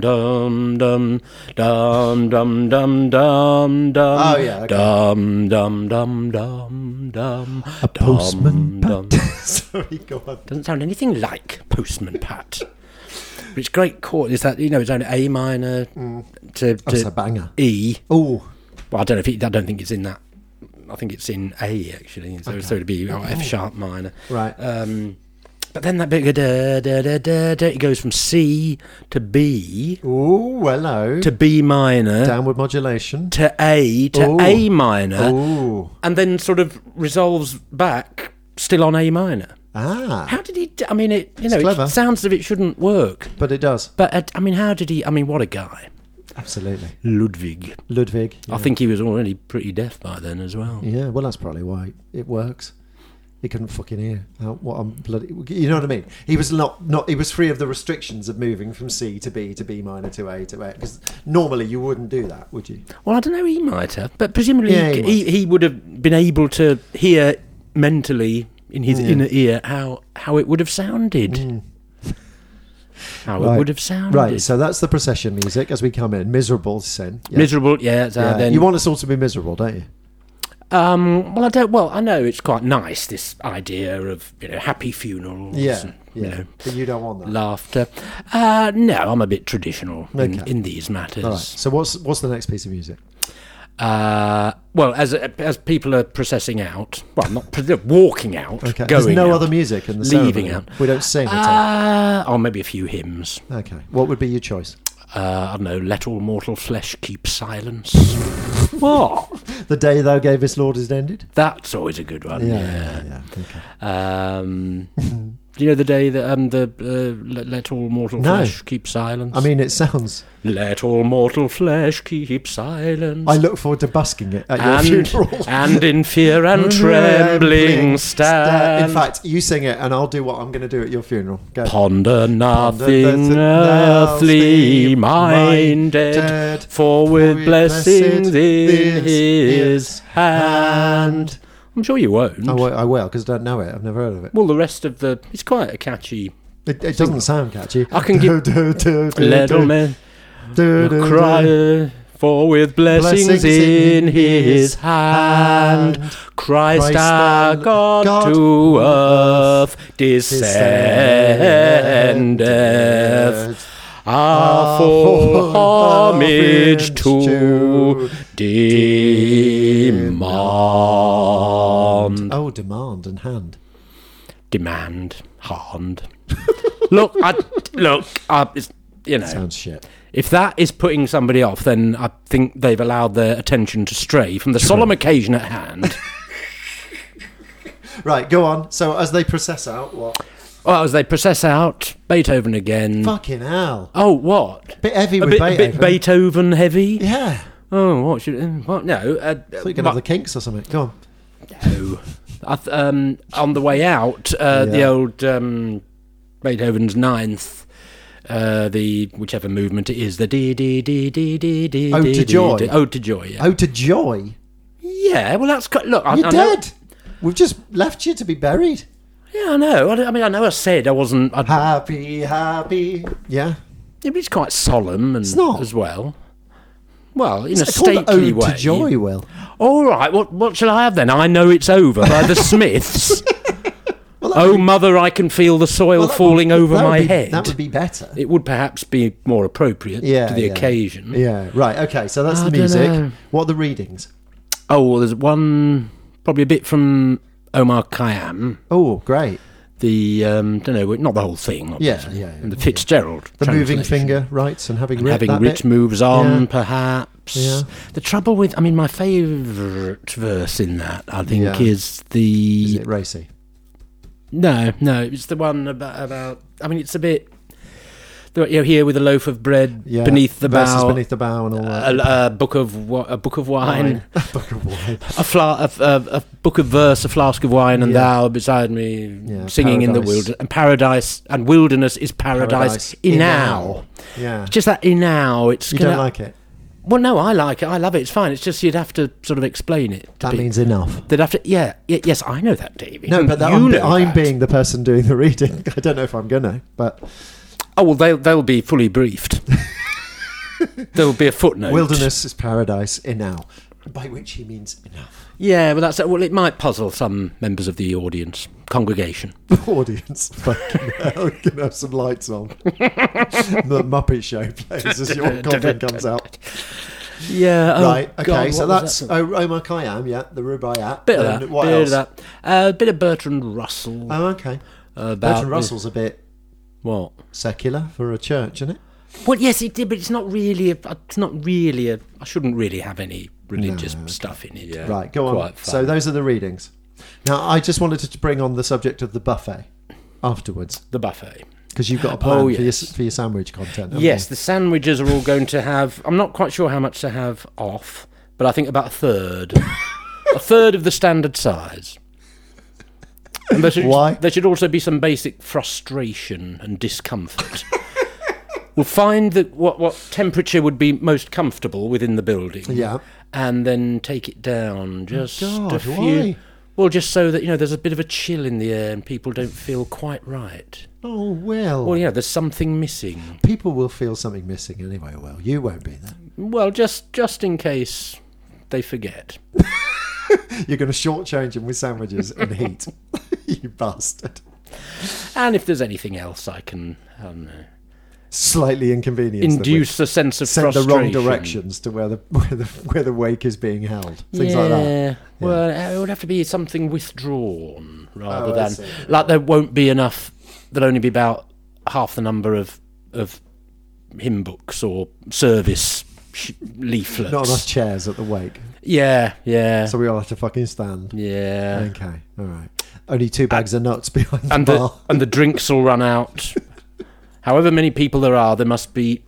Speaker 1: dum, dum, dum, dum, dum, dum, dum.
Speaker 2: Oh, yeah, okay.
Speaker 1: Dum, dum, dum, dum, dum. A
Speaker 2: postman
Speaker 1: Dum,
Speaker 2: Sorry, go on.
Speaker 1: doesn't sound anything like Postman Pat. but it's great chord. Is that you know it's only A minor to,
Speaker 2: Mm. That's a
Speaker 1: to
Speaker 2: banger.
Speaker 1: E.
Speaker 2: Oh,
Speaker 1: Well, I don't know if it, I don't think it's in that. I think it's in A actually. So, so it'd be oh, F sharp minor.
Speaker 2: right.
Speaker 1: Um, but then that bit da, da, da, da, da, it goes from C to B
Speaker 2: oh, hello.
Speaker 1: to B minor
Speaker 2: Downward modulation.
Speaker 1: to A to
Speaker 2: Ooh.
Speaker 1: A minor,
Speaker 2: Oh,
Speaker 1: and then sort of resolves back still on A minor.
Speaker 2: ah,
Speaker 1: How did he? d- I mean, it you know it
Speaker 2: clever.
Speaker 1: sounds as if it shouldn't work.
Speaker 2: but it does.
Speaker 1: But uh, I mean, how did he? I mean, what a guy!
Speaker 2: Absolutely.
Speaker 1: Ludwig.
Speaker 2: Ludwig.
Speaker 1: I
Speaker 2: yeah.
Speaker 1: think he was already pretty deaf by then as well.
Speaker 2: Yeah, well, that's probably why it works. He couldn't fucking hear how, what I'm bloody. You know what I mean? He was not not. He was free of the restrictions of moving from C to B to B minor to A to A. Because normally you wouldn't do that, would you?
Speaker 1: Well, I don't know. He might have, but presumably
Speaker 2: Yeah,
Speaker 1: he,
Speaker 2: he
Speaker 1: he, would have been able to hear mentally in his
Speaker 2: Yeah. Mm.
Speaker 1: inner ear how how it would have sounded, how it
Speaker 2: Right.
Speaker 1: would have sounded.
Speaker 2: Right. So that's the procession music as we come in. Miserable sin. Yeah.
Speaker 1: Miserable, yeah. So
Speaker 2: Yeah.
Speaker 1: uh, Then
Speaker 2: you want us all to be miserable, don't you?
Speaker 1: Um, well, I don't. Well, I know it's quite nice this idea of you know happy funerals.
Speaker 2: Yeah.
Speaker 1: and,
Speaker 2: Yeah.
Speaker 1: You know,
Speaker 2: But you don't want that.
Speaker 1: laughter. Uh, no, I'm a bit traditional in,
Speaker 2: Okay.
Speaker 1: in these matters.
Speaker 2: All right. So what's what's the next piece of music?
Speaker 1: Uh, well, as as people are processing out, well, not pro- walking out,
Speaker 2: Okay.
Speaker 1: going
Speaker 2: There's no
Speaker 1: out,
Speaker 2: other music in the
Speaker 1: leaving
Speaker 2: ceremony.
Speaker 1: out.
Speaker 2: We don't sing. at
Speaker 1: Uh,
Speaker 2: Ah.
Speaker 1: or maybe a few hymns.
Speaker 2: all. Okay. What would be your choice?
Speaker 1: Uh, I don't know. Let all mortal flesh keep silence. what?
Speaker 2: The day thou gavest, Lord, is ended.
Speaker 1: That's always a good one.
Speaker 2: Yeah. Yeah. yeah. Okay.
Speaker 1: Um, do you know the day that um, the uh, let, let all mortal
Speaker 2: No.
Speaker 1: flesh keep silence?
Speaker 2: I mean, it sounds.
Speaker 1: let all mortal flesh keep silence.
Speaker 2: I look forward to busking it at your
Speaker 1: and,
Speaker 2: funeral.
Speaker 1: and in fear and trembling stand.
Speaker 2: In fact, you sing it, and I'll do what I'm going to do at your funeral. Go.
Speaker 1: ponder nothing
Speaker 2: nothing
Speaker 1: earthly
Speaker 2: earthly
Speaker 1: minded,
Speaker 2: minded,
Speaker 1: for with
Speaker 2: with
Speaker 1: blessings
Speaker 2: blessed
Speaker 1: in
Speaker 2: is
Speaker 1: his hand. I'm sure you won't.
Speaker 2: I will, I will, because I don't know it. I've never heard of it.
Speaker 1: Well, the rest of the it's quite a catchy.
Speaker 2: It, it doesn't sound catchy.
Speaker 1: I can give-
Speaker 2: do, do, do,
Speaker 1: Little
Speaker 2: do,
Speaker 1: men
Speaker 2: do, do, do.
Speaker 1: cry for with blessings,
Speaker 2: Blessings
Speaker 1: in
Speaker 2: in
Speaker 1: his
Speaker 2: his
Speaker 1: hand
Speaker 2: hand,
Speaker 1: Christ,
Speaker 2: Christ
Speaker 1: our
Speaker 2: our
Speaker 1: God,
Speaker 2: God
Speaker 1: to earth descendeth
Speaker 2: Descendeth.
Speaker 1: our full homage to demand
Speaker 2: Oh, demand and hand.
Speaker 1: demand harmed look I look I, it's, you know
Speaker 2: Sounds shit.
Speaker 1: If that is putting somebody off, then I think they've allowed their attention to stray from the solemn occasion at hand.
Speaker 2: Right, go on. So as they process out, what?
Speaker 1: well, as they process out, Beethoven again.
Speaker 2: Fucking hell.
Speaker 1: Oh, what?
Speaker 2: Bit heavy
Speaker 1: Mm. A
Speaker 2: with
Speaker 1: bit, a
Speaker 2: Beethoven.
Speaker 1: bit Beethoven heavy.
Speaker 2: yeah.
Speaker 1: Oh, what should? uh, What? No. Uh,
Speaker 2: So you can
Speaker 1: uh,
Speaker 2: have the kinks or something. Go on.
Speaker 1: no. I th- um, on the way out, uh, the
Speaker 2: Yeah.
Speaker 1: old um, Beethoven's ninth. Uh, the whichever movement it is, the dee dee dee dee dee dee.
Speaker 2: Ode Oh, to
Speaker 1: dee, dee,
Speaker 2: Joy.
Speaker 1: dee. Ode to joy. Yeah.
Speaker 2: Oh, to joy.
Speaker 1: Yeah. Well, that's got, look. I,
Speaker 2: You're
Speaker 1: I know-
Speaker 2: dead. We've just left you to be buried.
Speaker 1: Yeah, I know. I, I mean, I know I said I wasn't. I,
Speaker 2: Happy, happy. Yeah.
Speaker 1: it's quite solemn and
Speaker 2: not.
Speaker 1: as well. Well, in a
Speaker 2: It's called
Speaker 1: stately
Speaker 2: Ode
Speaker 1: way.
Speaker 2: to Joy, Will.
Speaker 1: All right. What what shall I have then? I know it's over by the Smiths. oh, mother, I can feel the soil
Speaker 2: that
Speaker 1: falling
Speaker 2: would-
Speaker 1: over
Speaker 2: that would
Speaker 1: my
Speaker 2: be-
Speaker 1: head.
Speaker 2: That would be better.
Speaker 1: it would perhaps be more appropriate
Speaker 2: Yeah,
Speaker 1: to the
Speaker 2: yeah.
Speaker 1: occasion.
Speaker 2: Yeah, right. Okay, so that's
Speaker 1: I
Speaker 2: the
Speaker 1: dunno.
Speaker 2: music. What are the readings?
Speaker 1: Oh, well, there's one probably a bit from Omar Khayyam.
Speaker 2: Oh, great.
Speaker 1: The um, don't know, not the whole thing.
Speaker 2: Yeah,
Speaker 1: Obviously.
Speaker 2: yeah. yeah.
Speaker 1: And the Fitzgerald.
Speaker 2: The moving
Speaker 1: translation.
Speaker 2: finger, right, and having
Speaker 1: and
Speaker 2: writ
Speaker 1: having
Speaker 2: that
Speaker 1: rich
Speaker 2: bit.
Speaker 1: moves on,
Speaker 2: Yeah.
Speaker 1: perhaps.
Speaker 2: Yeah.
Speaker 1: The trouble with, I mean, my favourite verse in that, I think,
Speaker 2: Yeah.
Speaker 1: is the
Speaker 2: Is it racy?
Speaker 1: no, no, it's the one about, about. I mean, it's a bit. You're here with a loaf of bread
Speaker 2: Yeah.
Speaker 1: beneath the
Speaker 2: Verses
Speaker 1: bough.
Speaker 2: beneath the bow and all that.
Speaker 1: a, a book of wi- a book of wine,
Speaker 2: Book of wine.
Speaker 1: a, fla- a, a, a book of verse, a flask of wine, and
Speaker 2: Yeah.
Speaker 1: thou beside me,
Speaker 2: Yeah,
Speaker 1: singing in the
Speaker 2: paradise.
Speaker 1: wilderness. And paradise and wilderness is paradise,
Speaker 2: Paradise
Speaker 1: enow.
Speaker 2: enow. Yeah.
Speaker 1: Just that enow. It's
Speaker 2: You
Speaker 1: gonna,
Speaker 2: don't like it.
Speaker 1: Well, no, I like it. I love it. It's fine. It's just you'd have to sort of explain it. To
Speaker 2: That
Speaker 1: people.
Speaker 2: means enough.
Speaker 1: they'd have to. Yeah, y- yes, I know that, Davey.
Speaker 2: No, but that,
Speaker 1: you
Speaker 2: I'm,
Speaker 1: know
Speaker 2: I'm
Speaker 1: that.
Speaker 2: being the person doing the reading. I don't know if I'm gonna, but
Speaker 1: Oh well, they'll they'll be fully briefed. there will be a footnote.
Speaker 2: wilderness is paradise enow, by which he means enough.
Speaker 1: Yeah, well, that's well. It might puzzle some members of the audience congregation.
Speaker 2: Audience, fucking hell, you can have some lights on. the Muppet Show plays as your coffin comes out.
Speaker 1: Yeah. oh,
Speaker 2: right, okay,
Speaker 1: God,
Speaker 2: so
Speaker 1: what was
Speaker 2: that's
Speaker 1: that?
Speaker 2: oh, Omar Khayyam, yeah, the Rubaiyat.
Speaker 1: bit of
Speaker 2: and
Speaker 1: that.
Speaker 2: What
Speaker 1: bit
Speaker 2: else?
Speaker 1: of that. Uh, bit of Bertrand Russell.
Speaker 2: Oh, okay.
Speaker 1: about
Speaker 2: Bertrand Russell's a bit
Speaker 1: What?
Speaker 2: secular for a church, isn't it?
Speaker 1: Well, yes, it did, but it's not really. A, it's not really. A, I shouldn't really have any religious stuff in it. Yeah.
Speaker 2: Right, go on.
Speaker 1: Quite
Speaker 2: So
Speaker 1: fun.
Speaker 2: those are the readings. Now, I just wanted to bring on the subject of the buffet afterwards.
Speaker 1: the buffet.
Speaker 2: Because you've got a plan
Speaker 1: Oh,
Speaker 2: for, your,
Speaker 1: yes.
Speaker 2: for your sandwich content. haven't
Speaker 1: Yes, the sandwiches are all going to have. I'm not quite sure how much to have off, but I think about a third, a third of the standard size. And there should,
Speaker 2: Why?
Speaker 1: There should also be some basic frustration and discomfort. we'll find that what what temperature would be most comfortable within the building.
Speaker 2: you? Yeah.
Speaker 1: and then take it down just a
Speaker 2: God,
Speaker 1: few.
Speaker 2: why?
Speaker 1: Well, just so that you know, there's a bit of a chill in the air and people don't feel quite right.
Speaker 2: Oh, well.
Speaker 1: Well, yeah, there's something missing.
Speaker 2: People will feel something missing anyway. Well, you won't be there.
Speaker 1: Well, just just in case they forget.
Speaker 2: You're going to shortchange them with sandwiches and heat. you bastard.
Speaker 1: And if there's anything else I can I don't know,
Speaker 2: Slightly inconvenience. them with.
Speaker 1: induce a sense of
Speaker 2: sent the
Speaker 1: frustration.
Speaker 2: wrong directions to where the where the where the wake is being held. Things
Speaker 1: yeah.
Speaker 2: like that.
Speaker 1: Well, it would have to be something withdrawn rather
Speaker 2: Oh, I
Speaker 1: than
Speaker 2: see.
Speaker 1: like there won't be enough. There'll only be about half the number of of hymn books or service sh- leaflets.
Speaker 2: Not enough chairs at the wake,
Speaker 1: Yeah, yeah,
Speaker 2: so we all have to fucking stand.
Speaker 1: yeah.
Speaker 2: Okay, all right. Only two bags of nuts behind the
Speaker 1: And the
Speaker 2: bar.
Speaker 1: and the drinks will run out. However many people there are, there must be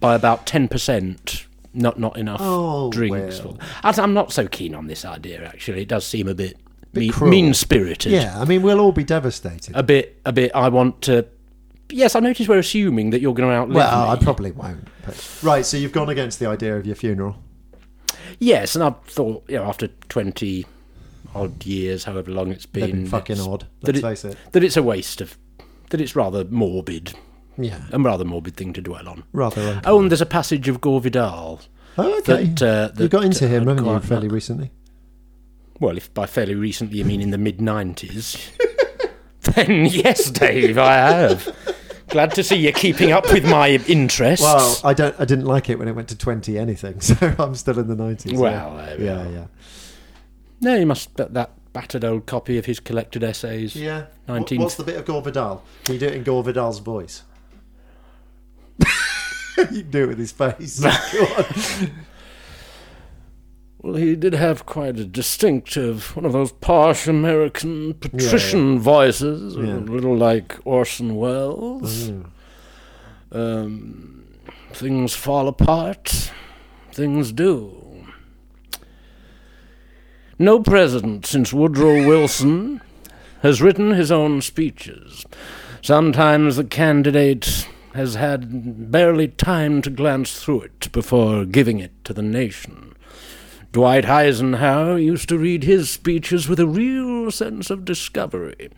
Speaker 1: by about ten percent. Not not enough
Speaker 2: Oh,
Speaker 1: drinks.
Speaker 2: well.
Speaker 1: For, I- I'm not so keen on this idea. Actually, it does seem a bit,
Speaker 2: cruel.
Speaker 1: mean spirited.
Speaker 2: yeah, I mean we'll all be devastated.
Speaker 1: a bit a bit I want to Yes, I notice we're assuming that you're going to outlive
Speaker 2: well, I
Speaker 1: me.
Speaker 2: probably won't. But. Right, so you've gone against the idea of your funeral.
Speaker 1: yes, and I thought, you know, after 20 odd years, however long it's
Speaker 2: They've been
Speaker 1: been,
Speaker 2: fucking
Speaker 1: it's-
Speaker 2: odd.
Speaker 1: that
Speaker 2: Let's face it.
Speaker 1: that it's a waste of that it's rather morbid,
Speaker 2: Yeah,
Speaker 1: a rather morbid thing to dwell on.
Speaker 2: rather. unkind.
Speaker 1: Oh, and there's a passage of Gore Vidal
Speaker 2: Oh, okay.
Speaker 1: that, uh, that
Speaker 2: you got into him,
Speaker 1: uh,
Speaker 2: haven't you,
Speaker 1: quite-
Speaker 2: fairly recently?
Speaker 1: well, if by fairly recently you mean in the mid 90s, then yes, Dave, I have. Glad to see you're keeping up with my interests.
Speaker 2: Well, I don't. I didn't like it when it went to twenty anything, so I'm still in the nineties.
Speaker 1: Well, there we
Speaker 2: yeah,
Speaker 1: are.
Speaker 2: yeah,
Speaker 1: No, you must that, that battered old copy of his collected essays.
Speaker 2: yeah. Wh-
Speaker 1: 19th.
Speaker 2: What's the bit of Gore Vidal? Can you do it in Gore Vidal's voice? you can do it with his face. Go on.
Speaker 1: Well, he did have quite a distinctive, one of those posh American patrician voices,
Speaker 2: Yeah.
Speaker 1: a little like Orson Welles.
Speaker 2: Mm-hmm.
Speaker 1: Um, things fall apart, things do. No president since Woodrow Wilson has written his own speeches. Sometimes the candidate has had barely time to glance through it before giving it to the nation. Dwight Eisenhower used to read his speeches with a real sense of discovery.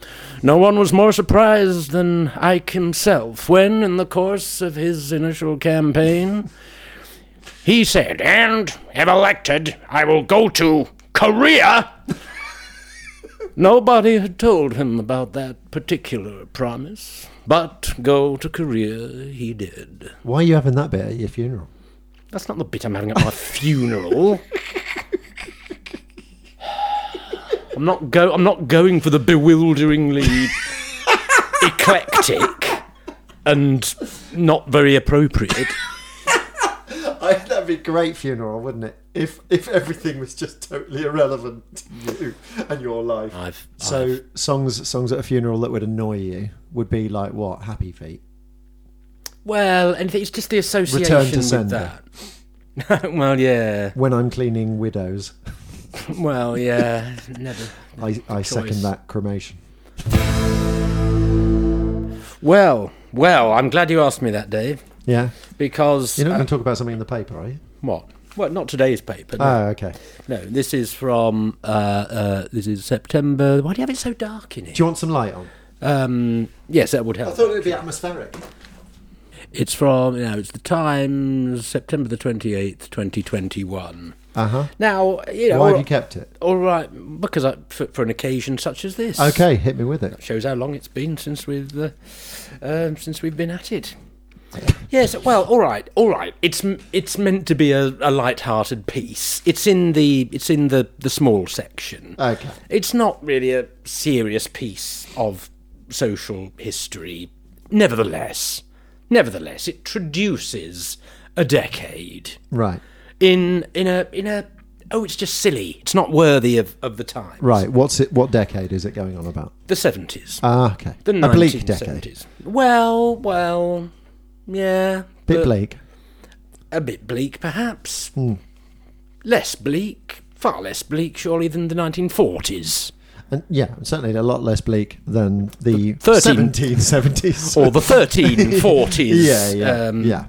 Speaker 1: No one was more surprised than Ike himself when, in the course of his initial campaign, he said, And if elected, I will go to Korea. Nobody had told him about that particular promise, but go to Korea he did.
Speaker 2: Why are you having that bit at your funeral?
Speaker 1: That's not the bit I'm having at my funeral. I'm not go. I'm not going for the bewilderingly eclectic and not very appropriate.
Speaker 2: I, that'd be a great funeral, wouldn't it? If if everything was just totally irrelevant to you and your life.
Speaker 1: I've,
Speaker 2: so songs songs at a funeral that would annoy you would be like what? Happy Feet.
Speaker 1: well, and it's just the association
Speaker 2: Return to
Speaker 1: with
Speaker 2: sender.
Speaker 1: that. well, yeah.
Speaker 2: When I'm cleaning widows,
Speaker 1: Well, yeah. Never.
Speaker 2: I, I second
Speaker 1: Choice.
Speaker 2: that cremation.
Speaker 1: Well, well. I'm glad you asked me that, Dave,
Speaker 2: Yeah,
Speaker 1: because
Speaker 2: you're not
Speaker 1: uh,
Speaker 2: going to talk about something in the paper, are you?
Speaker 1: what? Well, not today's paper. no.
Speaker 2: Oh, okay.
Speaker 1: No, this is from uh, uh, this is September. Why do you have it so dark in
Speaker 2: Do
Speaker 1: it?
Speaker 2: you want some light on?
Speaker 1: Um, yes, that would
Speaker 2: I
Speaker 1: help.
Speaker 2: thought it would be atmospheric.
Speaker 1: It's from you know, it's the Times, September the twenty eighth, twenty twenty one.
Speaker 2: Uh huh.
Speaker 1: Now you know,
Speaker 2: Why
Speaker 1: all,
Speaker 2: have you kept it?
Speaker 1: all right, because I, for, for an occasion such as this,
Speaker 2: Okay, hit me with it.
Speaker 1: shows how long it's been since we've uh, um, since we've been at it. Yes, well, all right, all right. It's m- it's meant to be a, a light-hearted piece. It's in the it's in the the small section.
Speaker 2: Okay.
Speaker 1: It's not really a serious piece of social history. Nevertheless, nevertheless, it traduces a decade
Speaker 2: Right.
Speaker 1: in in a in a oh, it's just silly. It's not worthy of, of the time.
Speaker 2: Right. What's it? What decade is it going on about?
Speaker 1: The 70s.
Speaker 2: Ah, okay.
Speaker 1: the
Speaker 2: a bleak
Speaker 1: 1970s.
Speaker 2: decade.
Speaker 1: Well, well, yeah.
Speaker 2: Bit
Speaker 1: but
Speaker 2: bleak. Hmm.
Speaker 1: A bit bleak, perhaps. Less bleak. Far less bleak, surely, than the 1940s.
Speaker 2: And yeah, certainly a lot less bleak than the
Speaker 1: 13
Speaker 2: seventeen seventies.
Speaker 1: Or the 1340s.
Speaker 2: yeah, yeah,
Speaker 1: Um,
Speaker 2: yeah.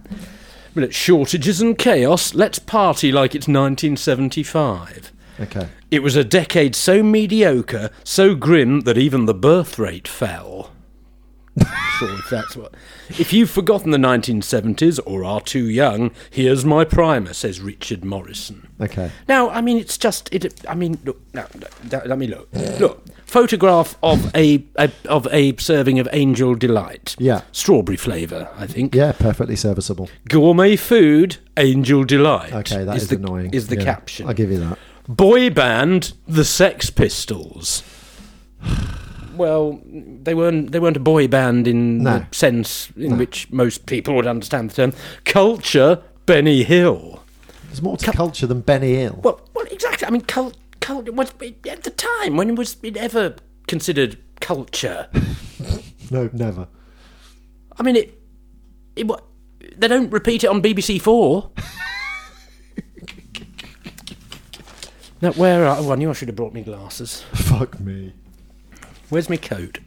Speaker 1: Well, it's shortages and chaos. Let's party like it's 1975.
Speaker 2: Okay.
Speaker 1: It was a decade so mediocre, so grim that even the birth rate fell. sure, if that's what. If you've forgotten the 1970s or are too young, here's my primer, says Richard Morrison.
Speaker 2: Okay.
Speaker 1: Now, I mean, it's just it. I mean, look. Now, let, let me look. Look, photograph of a, a of a serving of Angel Delight.
Speaker 2: Yeah.
Speaker 1: strawberry flavour, I think
Speaker 2: Yeah, perfectly serviceable.
Speaker 1: gourmet food, angel delight.
Speaker 2: Okay, that is,
Speaker 1: the,
Speaker 2: annoying.
Speaker 1: Is the
Speaker 2: Yeah,
Speaker 1: caption
Speaker 2: I'll give you that.
Speaker 1: boy band, the Sex Pistols? Well, they weren't they weren't a boy band in
Speaker 2: No.
Speaker 1: the sense in which most people would understand the term. Culture, Benny Hill.
Speaker 2: There's more to culture than Benny Hill.
Speaker 1: Well, well, exactly. I mean, cult, cult it was at the time when was it ever considered culture?
Speaker 2: no, never.
Speaker 1: I mean, it, it wa- they don't repeat it on BBC Four. now, where are? Oh, I knew I should have brought me glasses.
Speaker 2: Fuck me.
Speaker 1: Where's my coat?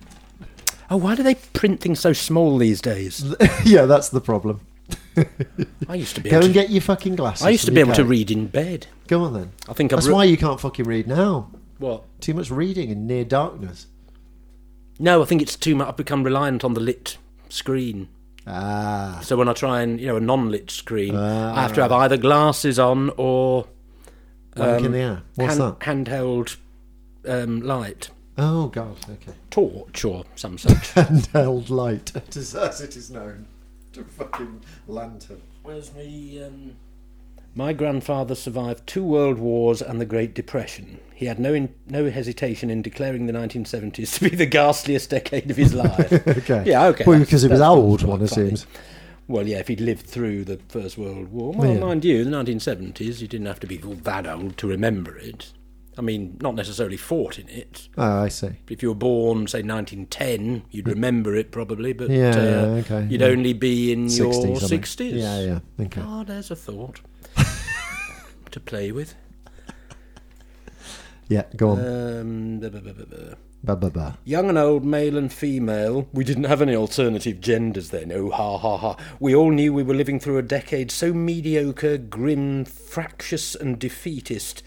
Speaker 1: Oh, why do they print things so small these days?
Speaker 2: yeah, that's the problem.
Speaker 1: I used to be.
Speaker 2: Go
Speaker 1: Able
Speaker 2: and
Speaker 1: to,
Speaker 2: get your fucking glasses.
Speaker 1: I used to
Speaker 2: and
Speaker 1: be
Speaker 2: your
Speaker 1: able to
Speaker 2: coat.
Speaker 1: read in bed.
Speaker 2: Go on then.
Speaker 1: I think I've
Speaker 2: that's
Speaker 1: re-
Speaker 2: why you can't fucking read now.
Speaker 1: What?
Speaker 2: Too much reading in near darkness.
Speaker 1: No, I think it's too much. I've become reliant on the lit screen.
Speaker 2: Ah,
Speaker 1: So when I try and you know a non-lit screen, I have to have either glasses on or
Speaker 2: wank
Speaker 1: Um,
Speaker 2: in the air. What's
Speaker 1: hand,
Speaker 2: that?
Speaker 1: handheld um, light.
Speaker 2: Oh God. Okay.
Speaker 1: torch or some such.
Speaker 2: And held light, as it is known, to fucking lantern.
Speaker 1: Where's me? Um... My grandfather survived two world wars and the Great Depression. He had no in, no hesitation in declaring the 1970s to be the ghastliest decade of his life.
Speaker 2: Okay.
Speaker 1: Yeah, okay.
Speaker 2: Well,
Speaker 1: that's-
Speaker 2: because it was
Speaker 1: that's
Speaker 2: old,
Speaker 1: quite
Speaker 2: one
Speaker 1: funny.
Speaker 2: assumes.
Speaker 1: Well, yeah, if he'd lived through the First World War. Well,
Speaker 2: Yeah.
Speaker 1: mind you, the 1970s, you didn't have to be all that old to remember it. I mean, not necessarily fought in it.
Speaker 2: Oh, I see.
Speaker 1: But if you were born, say, 1910, you'd remember it probably, but
Speaker 2: Mm. Yeah,
Speaker 1: uh,
Speaker 2: yeah, okay,
Speaker 1: you'd
Speaker 2: yeah.
Speaker 1: only be in
Speaker 2: 60
Speaker 1: your
Speaker 2: something.
Speaker 1: 60s.
Speaker 2: Yeah, yeah. Okay.
Speaker 1: Ah, there's a thought to play with.
Speaker 2: Yeah, go on.
Speaker 1: Um, blah, blah, blah, blah, blah.
Speaker 2: ba ba ba.
Speaker 1: Young and old, male and female. We didn't have any alternative genders then. Oh, ha, ha, ha. We all knew we were living through a decade so mediocre, grim, fractious, and defeatist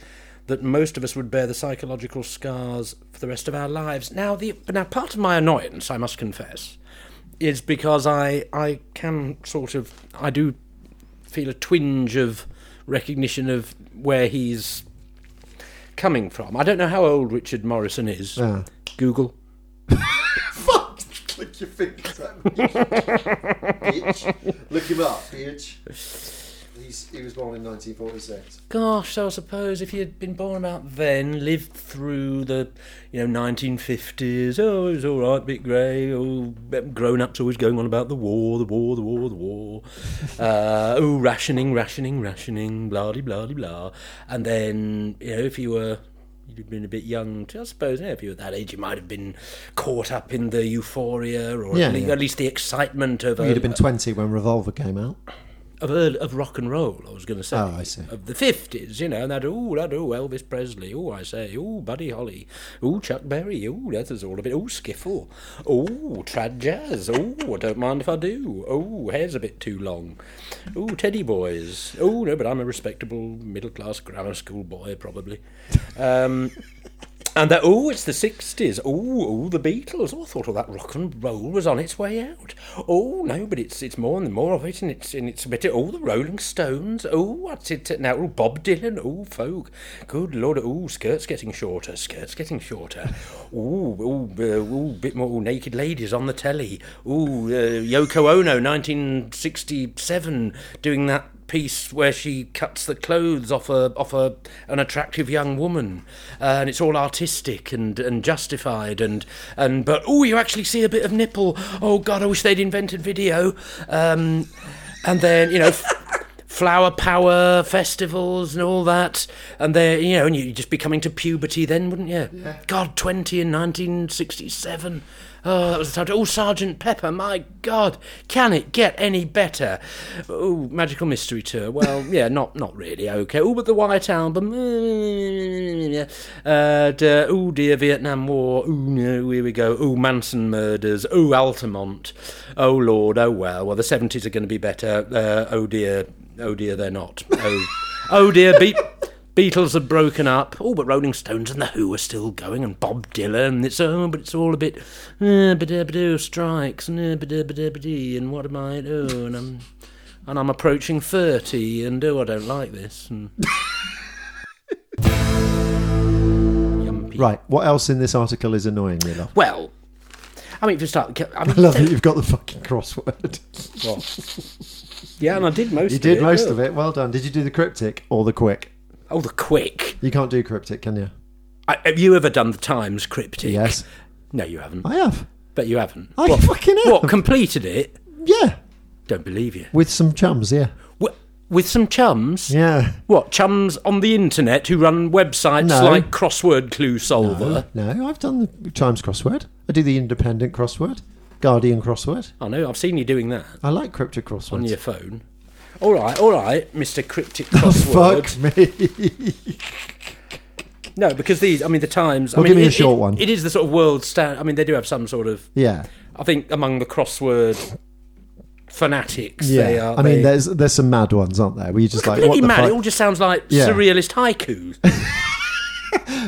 Speaker 1: that most of us would bear the psychological scars for the rest of our lives. Now, the, but now part of my annoyance, I must confess, is because I, I can sort of, I do feel a twinge of recognition of where he's coming from. I don't know how old Richard Morrison is.
Speaker 2: Ah.
Speaker 1: Google.
Speaker 2: Fuck! Click your fingers at me. bitch. Look him up, bitch. He's, he was born in 1946.
Speaker 1: Gosh, so I suppose if you'd been born about then, lived through the, you know, 1950s, oh, it was all right, bit grey, oh, grown-ups always going on about the war, the war, the war, the war, uh, oh, rationing, rationing, rationing, blah-de-blah-de-blah. And then, you know, if you were You'd have been a bit young, too, I suppose. Yeah, if you were that age, you might have been caught up in the euphoria, or
Speaker 2: Yeah,
Speaker 1: at, least,
Speaker 2: yeah.
Speaker 1: at least the excitement of
Speaker 2: You'd
Speaker 1: a,
Speaker 2: have been 20 when Revolver came out.
Speaker 1: of early, of rock and roll. I was going to say.
Speaker 2: Oh, I see.
Speaker 1: Of the fifties, you know, and that ooh, that ooh, Elvis Presley. Ooh, I say, ooh, Buddy Holly. Ooh, Chuck Berry. Ooh, that is all a bit. Ooh, skiffle. Ooh, trad jazz. Ooh, I don't mind if I do. Ooh, hair's a bit too long. Ooh, Teddy Boys. Ooh, no, but I'm a respectable middle class grammar school boy, probably. Um, and that, oh, it's the 60s. Oh, oh, the Beatles. Oh, I thought all that rock and roll was on its way out. Oh, no, but it's it's more and more of it, and it's, and it's a bit of, oh, the Rolling Stones. Oh, what's it now? Oh, Bob Dylan. Oh, folk. Good Lord. Oh, skirt's getting shorter. Skirt's getting shorter. Oh, oh, uh, ooh, bit more ooh, naked ladies on the telly. Oh, uh, Yoko Ono, 1967, doing that piece where she cuts the clothes off a off a an attractive young woman, uh, and it's all artistic and and justified and and but oh, you actually see a bit of nipple. Oh God, I wish they'd invented video. Um, and then you know. F- flower power festivals and all that, and they you know, and you'd just be coming to puberty then, wouldn't you?
Speaker 2: Yeah.
Speaker 1: God, twenty in nineteen sixty-seven. Oh, that was the time. to- Oh, Sergeant Pepper! My God, can it get any better? Oh, Magical Mystery Tour. Well, yeah, not not really. Okay. Oh, but the White Album. And, uh, oh dear, Vietnam War. Oh no, here we go. Oh, Manson murders. Oh, Altamont. Oh Lord. Oh well. Well, the seventies are going to be better. Uh, oh dear. Oh dear, they're not. Oh, oh dear. Beat. Beatles have broken up. Oh, but Rolling Stones and The Who are still going, and Bob Dylan. It's oh, but it's all a bit uh, ba-da-ba-doo, strikes and uh, ba-da-ba-da-ba-dee, and what am I? Oh, and I'm and I'm approaching thirty, and oh, I don't like this. And... Yumpy.
Speaker 2: Right. What else in this article is annoying you, love?
Speaker 1: Well, I mean, if you start, I mean,
Speaker 2: I love
Speaker 1: so-
Speaker 2: that you've got the fucking crossword.
Speaker 1: Well, yeah, and I did most.
Speaker 2: You
Speaker 1: of
Speaker 2: did
Speaker 1: it,
Speaker 2: most
Speaker 1: yeah.
Speaker 2: of it. Well done. Did you do the cryptic or the quick?
Speaker 1: Oh, the quick!
Speaker 2: You can't do cryptic, can you?
Speaker 1: I, have you ever done the Times cryptic?
Speaker 2: Yes.
Speaker 1: No, you haven't.
Speaker 2: I have.
Speaker 1: But you haven't.
Speaker 2: I fucking have.
Speaker 1: What completed it?
Speaker 2: Yeah.
Speaker 1: Don't believe you.
Speaker 2: With some chums, yeah.
Speaker 1: W- with some chums?
Speaker 2: Yeah.
Speaker 1: What, chums on the internet who run websites
Speaker 2: No.
Speaker 1: like Crossword Clue Solver?
Speaker 2: No, I've done the Times crossword. I do the independent crossword, Guardian crossword.
Speaker 1: I know, I've seen you doing that
Speaker 2: I like cryptic
Speaker 1: on
Speaker 2: crosswords.
Speaker 1: your phone. All right, all right, Mr. Cryptic
Speaker 2: Oh, Fuck
Speaker 1: Crossword.
Speaker 2: me.
Speaker 1: No, because these, I mean, the Times. I
Speaker 2: Well,
Speaker 1: mean,
Speaker 2: give me
Speaker 1: it-
Speaker 2: a short
Speaker 1: it-
Speaker 2: one.
Speaker 1: It is the sort of world stand. I mean, they do have some sort of.
Speaker 2: yeah.
Speaker 1: I think among the crossword fanatics,
Speaker 2: Yeah.
Speaker 1: they are.
Speaker 2: I mean,
Speaker 1: they,
Speaker 2: there's there's some mad ones, aren't there? Where you just like,
Speaker 1: completely
Speaker 2: what the
Speaker 1: mad. It
Speaker 2: fuck?
Speaker 1: all just sounds like
Speaker 2: Yeah.
Speaker 1: surrealist haikus.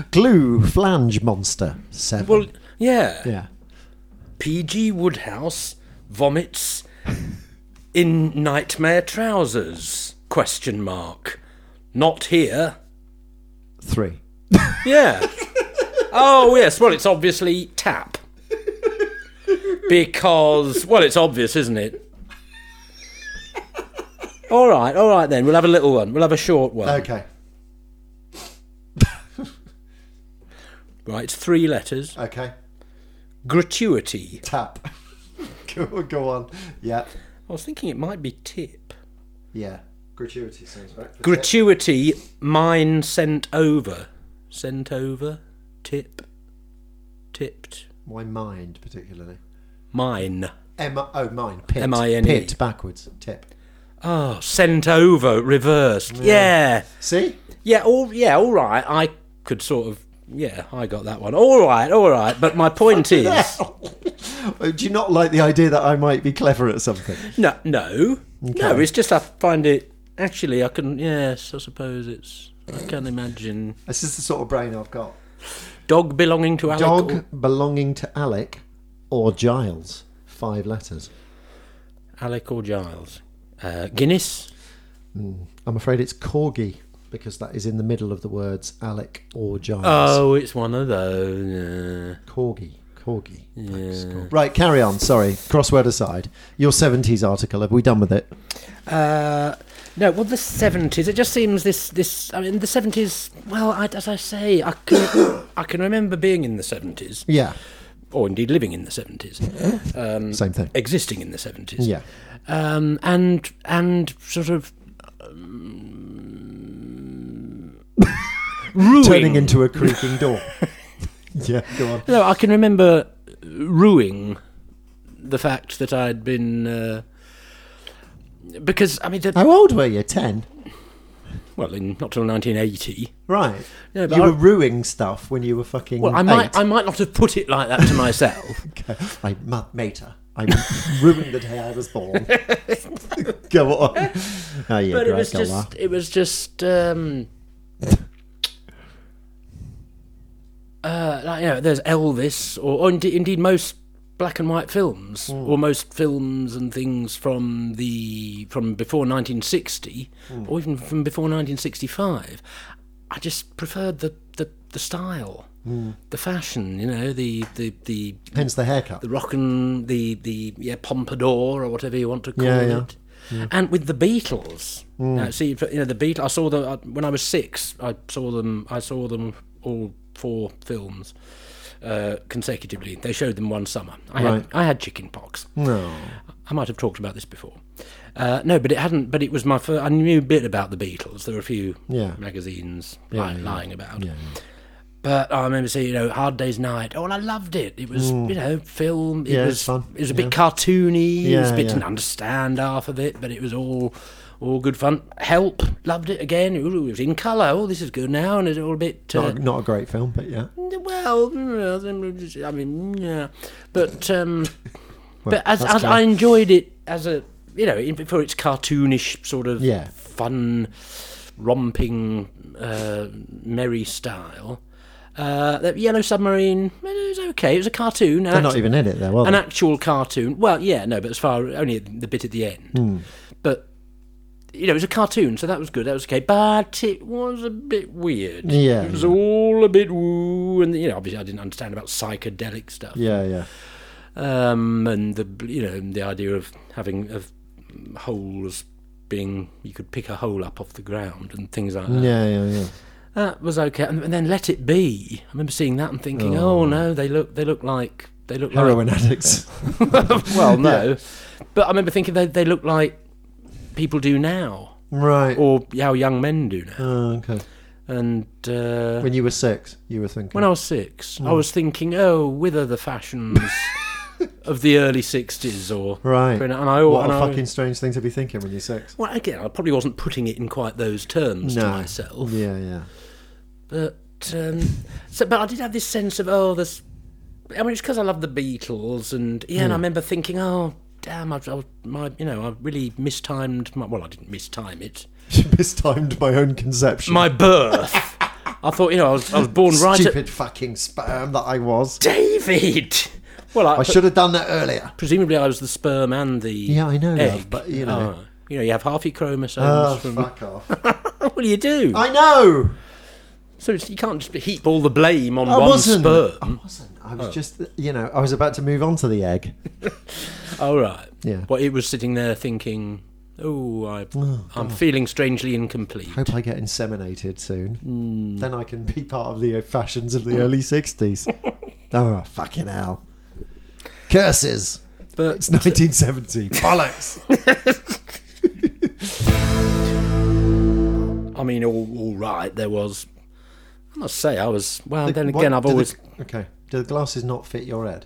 Speaker 2: Glue, flange monster, seven.
Speaker 1: well, yeah.
Speaker 2: yeah.
Speaker 1: PG Woodhouse vomits in nightmare trousers? Question mark. Not here.
Speaker 2: Three.
Speaker 1: Yeah. oh yes. Well, it's obviously tap. Because well, it's obvious, isn't it? All right, all right then. We'll have a little one. We'll have a short one.
Speaker 2: Okay.
Speaker 1: Right, it's three letters.
Speaker 2: Okay.
Speaker 1: Gratuity.
Speaker 2: Tap. go, go on. Yeah.
Speaker 1: I was thinking it might be tip.
Speaker 2: Yeah. Gratuity sounds right.
Speaker 1: Gratuity. Mine sent over. Sent over. Tip. Tipped.
Speaker 2: My mind, particularly.
Speaker 1: Mine.
Speaker 2: M oh mine pit
Speaker 1: M-I-N-E.
Speaker 2: pit backwards tip.
Speaker 1: Oh, sent over. Reversed. Yeah.
Speaker 2: See,
Speaker 1: Yeah, all yeah, all right. I could sort of yeah, I got that one. All right, all right. But my point is
Speaker 2: do you not like the idea that I might be clever at something?
Speaker 1: no, no, no. It's just I find it actually. I can yes, I suppose it's. I can imagine
Speaker 2: This is the sort of brain I've got.
Speaker 1: dog belonging to Alec. oh.
Speaker 2: Dog
Speaker 1: or-
Speaker 2: belonging to Alec or Giles. Five letters.
Speaker 1: Alec or Giles. Uh, Guinness.
Speaker 2: I'm afraid it's corgi because that is in the middle of the words Alec or Giles.
Speaker 1: Oh, it's one of those. uh,
Speaker 2: corgi. Corgi. Thanks, corgi. Right, carry on. Sorry, crossword aside. Your 70s article. Have we done with it?
Speaker 1: Uh, no, well, the seventies. It just seems this, this. I mean, the seventies. Well, I, as I say, I can, I can remember being in the seventies,
Speaker 2: Yeah.
Speaker 1: or indeed living in the seventies, um,
Speaker 2: Same thing.
Speaker 1: existing in the seventies.
Speaker 2: Yeah.
Speaker 1: um, and and sort of um, ruing.
Speaker 2: Turning into a creaking door. yeah, go on.
Speaker 1: No, I can remember ruining the fact that I'd been uh, because I mean, the,
Speaker 2: How old were you? 10?
Speaker 1: well, in not till nineteen eighty.
Speaker 2: Right.
Speaker 1: Yeah, but
Speaker 2: you
Speaker 1: I-
Speaker 2: were ruining stuff when you were fucking.
Speaker 1: Well, I might, I might not have put it like that to myself.
Speaker 2: I, I ma- mater. I ruined the day I was born. go on. Oh yeah,
Speaker 1: but
Speaker 2: great,
Speaker 1: it was
Speaker 2: go on.
Speaker 1: just it was just um uh like, you know there's elvis or, or indeed, indeed most black and white films or most films and things from the from before 1960 or even from before 1965 i just preferred the the, the style the fashion you know the the the
Speaker 2: Hence the haircut.
Speaker 1: the rock and the the yeah pompadour or whatever you want to call
Speaker 2: Yeah, yeah. Mm.
Speaker 1: it. And with the Beatles, now, see, you know the Beatles. I saw them I, when I was six. I saw them. I saw them all four films. uh, consecutively. They showed them one summer. I,
Speaker 2: Right.
Speaker 1: had, I had chicken pox.
Speaker 2: No.
Speaker 1: I might have talked about this before. Uh, no, but it hadn't. But it was my first. I knew a bit about the Beatles. There were a few
Speaker 2: Yeah.
Speaker 1: magazines
Speaker 2: Yeah,
Speaker 1: lying,
Speaker 2: yeah.
Speaker 1: lying about.
Speaker 2: Yeah.
Speaker 1: But I remember seeing, you know, Hard Day's Night. Oh, and I loved it. It was, you know, film. It
Speaker 2: Mm. Yeah,
Speaker 1: was
Speaker 2: it's fun.
Speaker 1: It was a
Speaker 2: Yeah.
Speaker 1: bit cartoony. it was
Speaker 2: Yeah,
Speaker 1: a bit
Speaker 2: yeah.
Speaker 1: didn't understand half of it, but it was all, all good fun. Help, loved it again. Ooh, it was in colour. Oh, this is good now, and it's all a bit. Uh,
Speaker 2: Not, a, not a great film, but yeah.
Speaker 1: well, mm, I mean, yeah, but um,
Speaker 2: Well,
Speaker 1: but as,
Speaker 2: that's
Speaker 1: as
Speaker 2: clear.
Speaker 1: I enjoyed it as a you know in- for its cartoonish sort of
Speaker 2: Yeah.
Speaker 1: fun, romping, uh, merry style. Uh, the Yellow Submarine it was okay. It was a cartoon, an,
Speaker 2: They're not
Speaker 1: act-
Speaker 2: even in it, though, are
Speaker 1: an
Speaker 2: they?
Speaker 1: actual cartoon. Well, yeah, no, but as far only the bit at the end,
Speaker 2: Hmm.
Speaker 1: but. You know, it was a cartoon, so that was good. That was okay, but it was a bit weird.
Speaker 2: Yeah.
Speaker 1: It was all a bit woo, and you know, obviously, I didn't understand about psychedelic stuff,
Speaker 2: Yeah, yeah.
Speaker 1: um, and the you know the idea of having of holes being you could pick a hole up off the ground and things like that.
Speaker 2: Yeah, yeah, yeah.
Speaker 1: That was okay, and, and then Let It Be. I remember seeing that and thinking, oh, no, they look they look like they look
Speaker 2: Heroin addicts.
Speaker 1: like well, no, but I remember thinking they they look like people do now,
Speaker 2: Right.
Speaker 1: or how young men do now,
Speaker 2: Oh, okay.
Speaker 1: and. Uh,
Speaker 2: When you were six, you were thinking.
Speaker 1: When I was six,
Speaker 2: Hmm.
Speaker 1: I was thinking, oh, whither the fashions of the early 60s or.
Speaker 2: right.
Speaker 1: And I,
Speaker 2: what
Speaker 1: and
Speaker 2: a
Speaker 1: I-
Speaker 2: fucking strange thing to be thinking when you're six.
Speaker 1: Well, again, I probably wasn't putting it in quite those terms to
Speaker 2: No.
Speaker 1: myself.
Speaker 2: Yeah, yeah.
Speaker 1: But, um, so, but I did have this sense of, oh, there's. I mean, it's because I love the Beatles, and yeah,
Speaker 2: Hmm.
Speaker 1: and I remember thinking, oh, damn, I've, I've my, you know, I really mistimed my. Well, I didn't mistime it.
Speaker 2: You mistimed my own conception.
Speaker 1: My birth. I thought, you know, I was, I was born right
Speaker 2: Stupid
Speaker 1: at
Speaker 2: fucking sperm that I was.
Speaker 1: David. Well, I,
Speaker 2: I should have done that earlier.
Speaker 1: Presumably, I was the sperm and the
Speaker 2: Yeah, I know,
Speaker 1: egg.
Speaker 2: love, but, you know.
Speaker 1: Oh, you know, you have half your chromosomes.
Speaker 2: Oh,
Speaker 1: from...
Speaker 2: fuck off.
Speaker 1: What do you do?
Speaker 2: I know!
Speaker 1: So it's, you can't just heap all the blame on
Speaker 2: I
Speaker 1: one
Speaker 2: wasn't. I
Speaker 1: sperm.
Speaker 2: wasn't. I
Speaker 1: Oh.
Speaker 2: was just, you know, I was about to move on to the egg.
Speaker 1: All right.
Speaker 2: Yeah.
Speaker 1: But it was sitting there thinking, "Oh, I, I'm feeling strangely incomplete."
Speaker 2: Hope I get inseminated soon.
Speaker 1: Hmm.
Speaker 2: Then I can be part of the fashions of the early 60s. oh, fucking hell. Curses.
Speaker 1: But
Speaker 2: It's 1970. Bollocks.
Speaker 1: I mean, all, all right. There was. I must say, I was. Well, then
Speaker 2: What-
Speaker 1: again, I've
Speaker 2: do the-
Speaker 1: always.
Speaker 2: okay. Do the glasses not fit your head?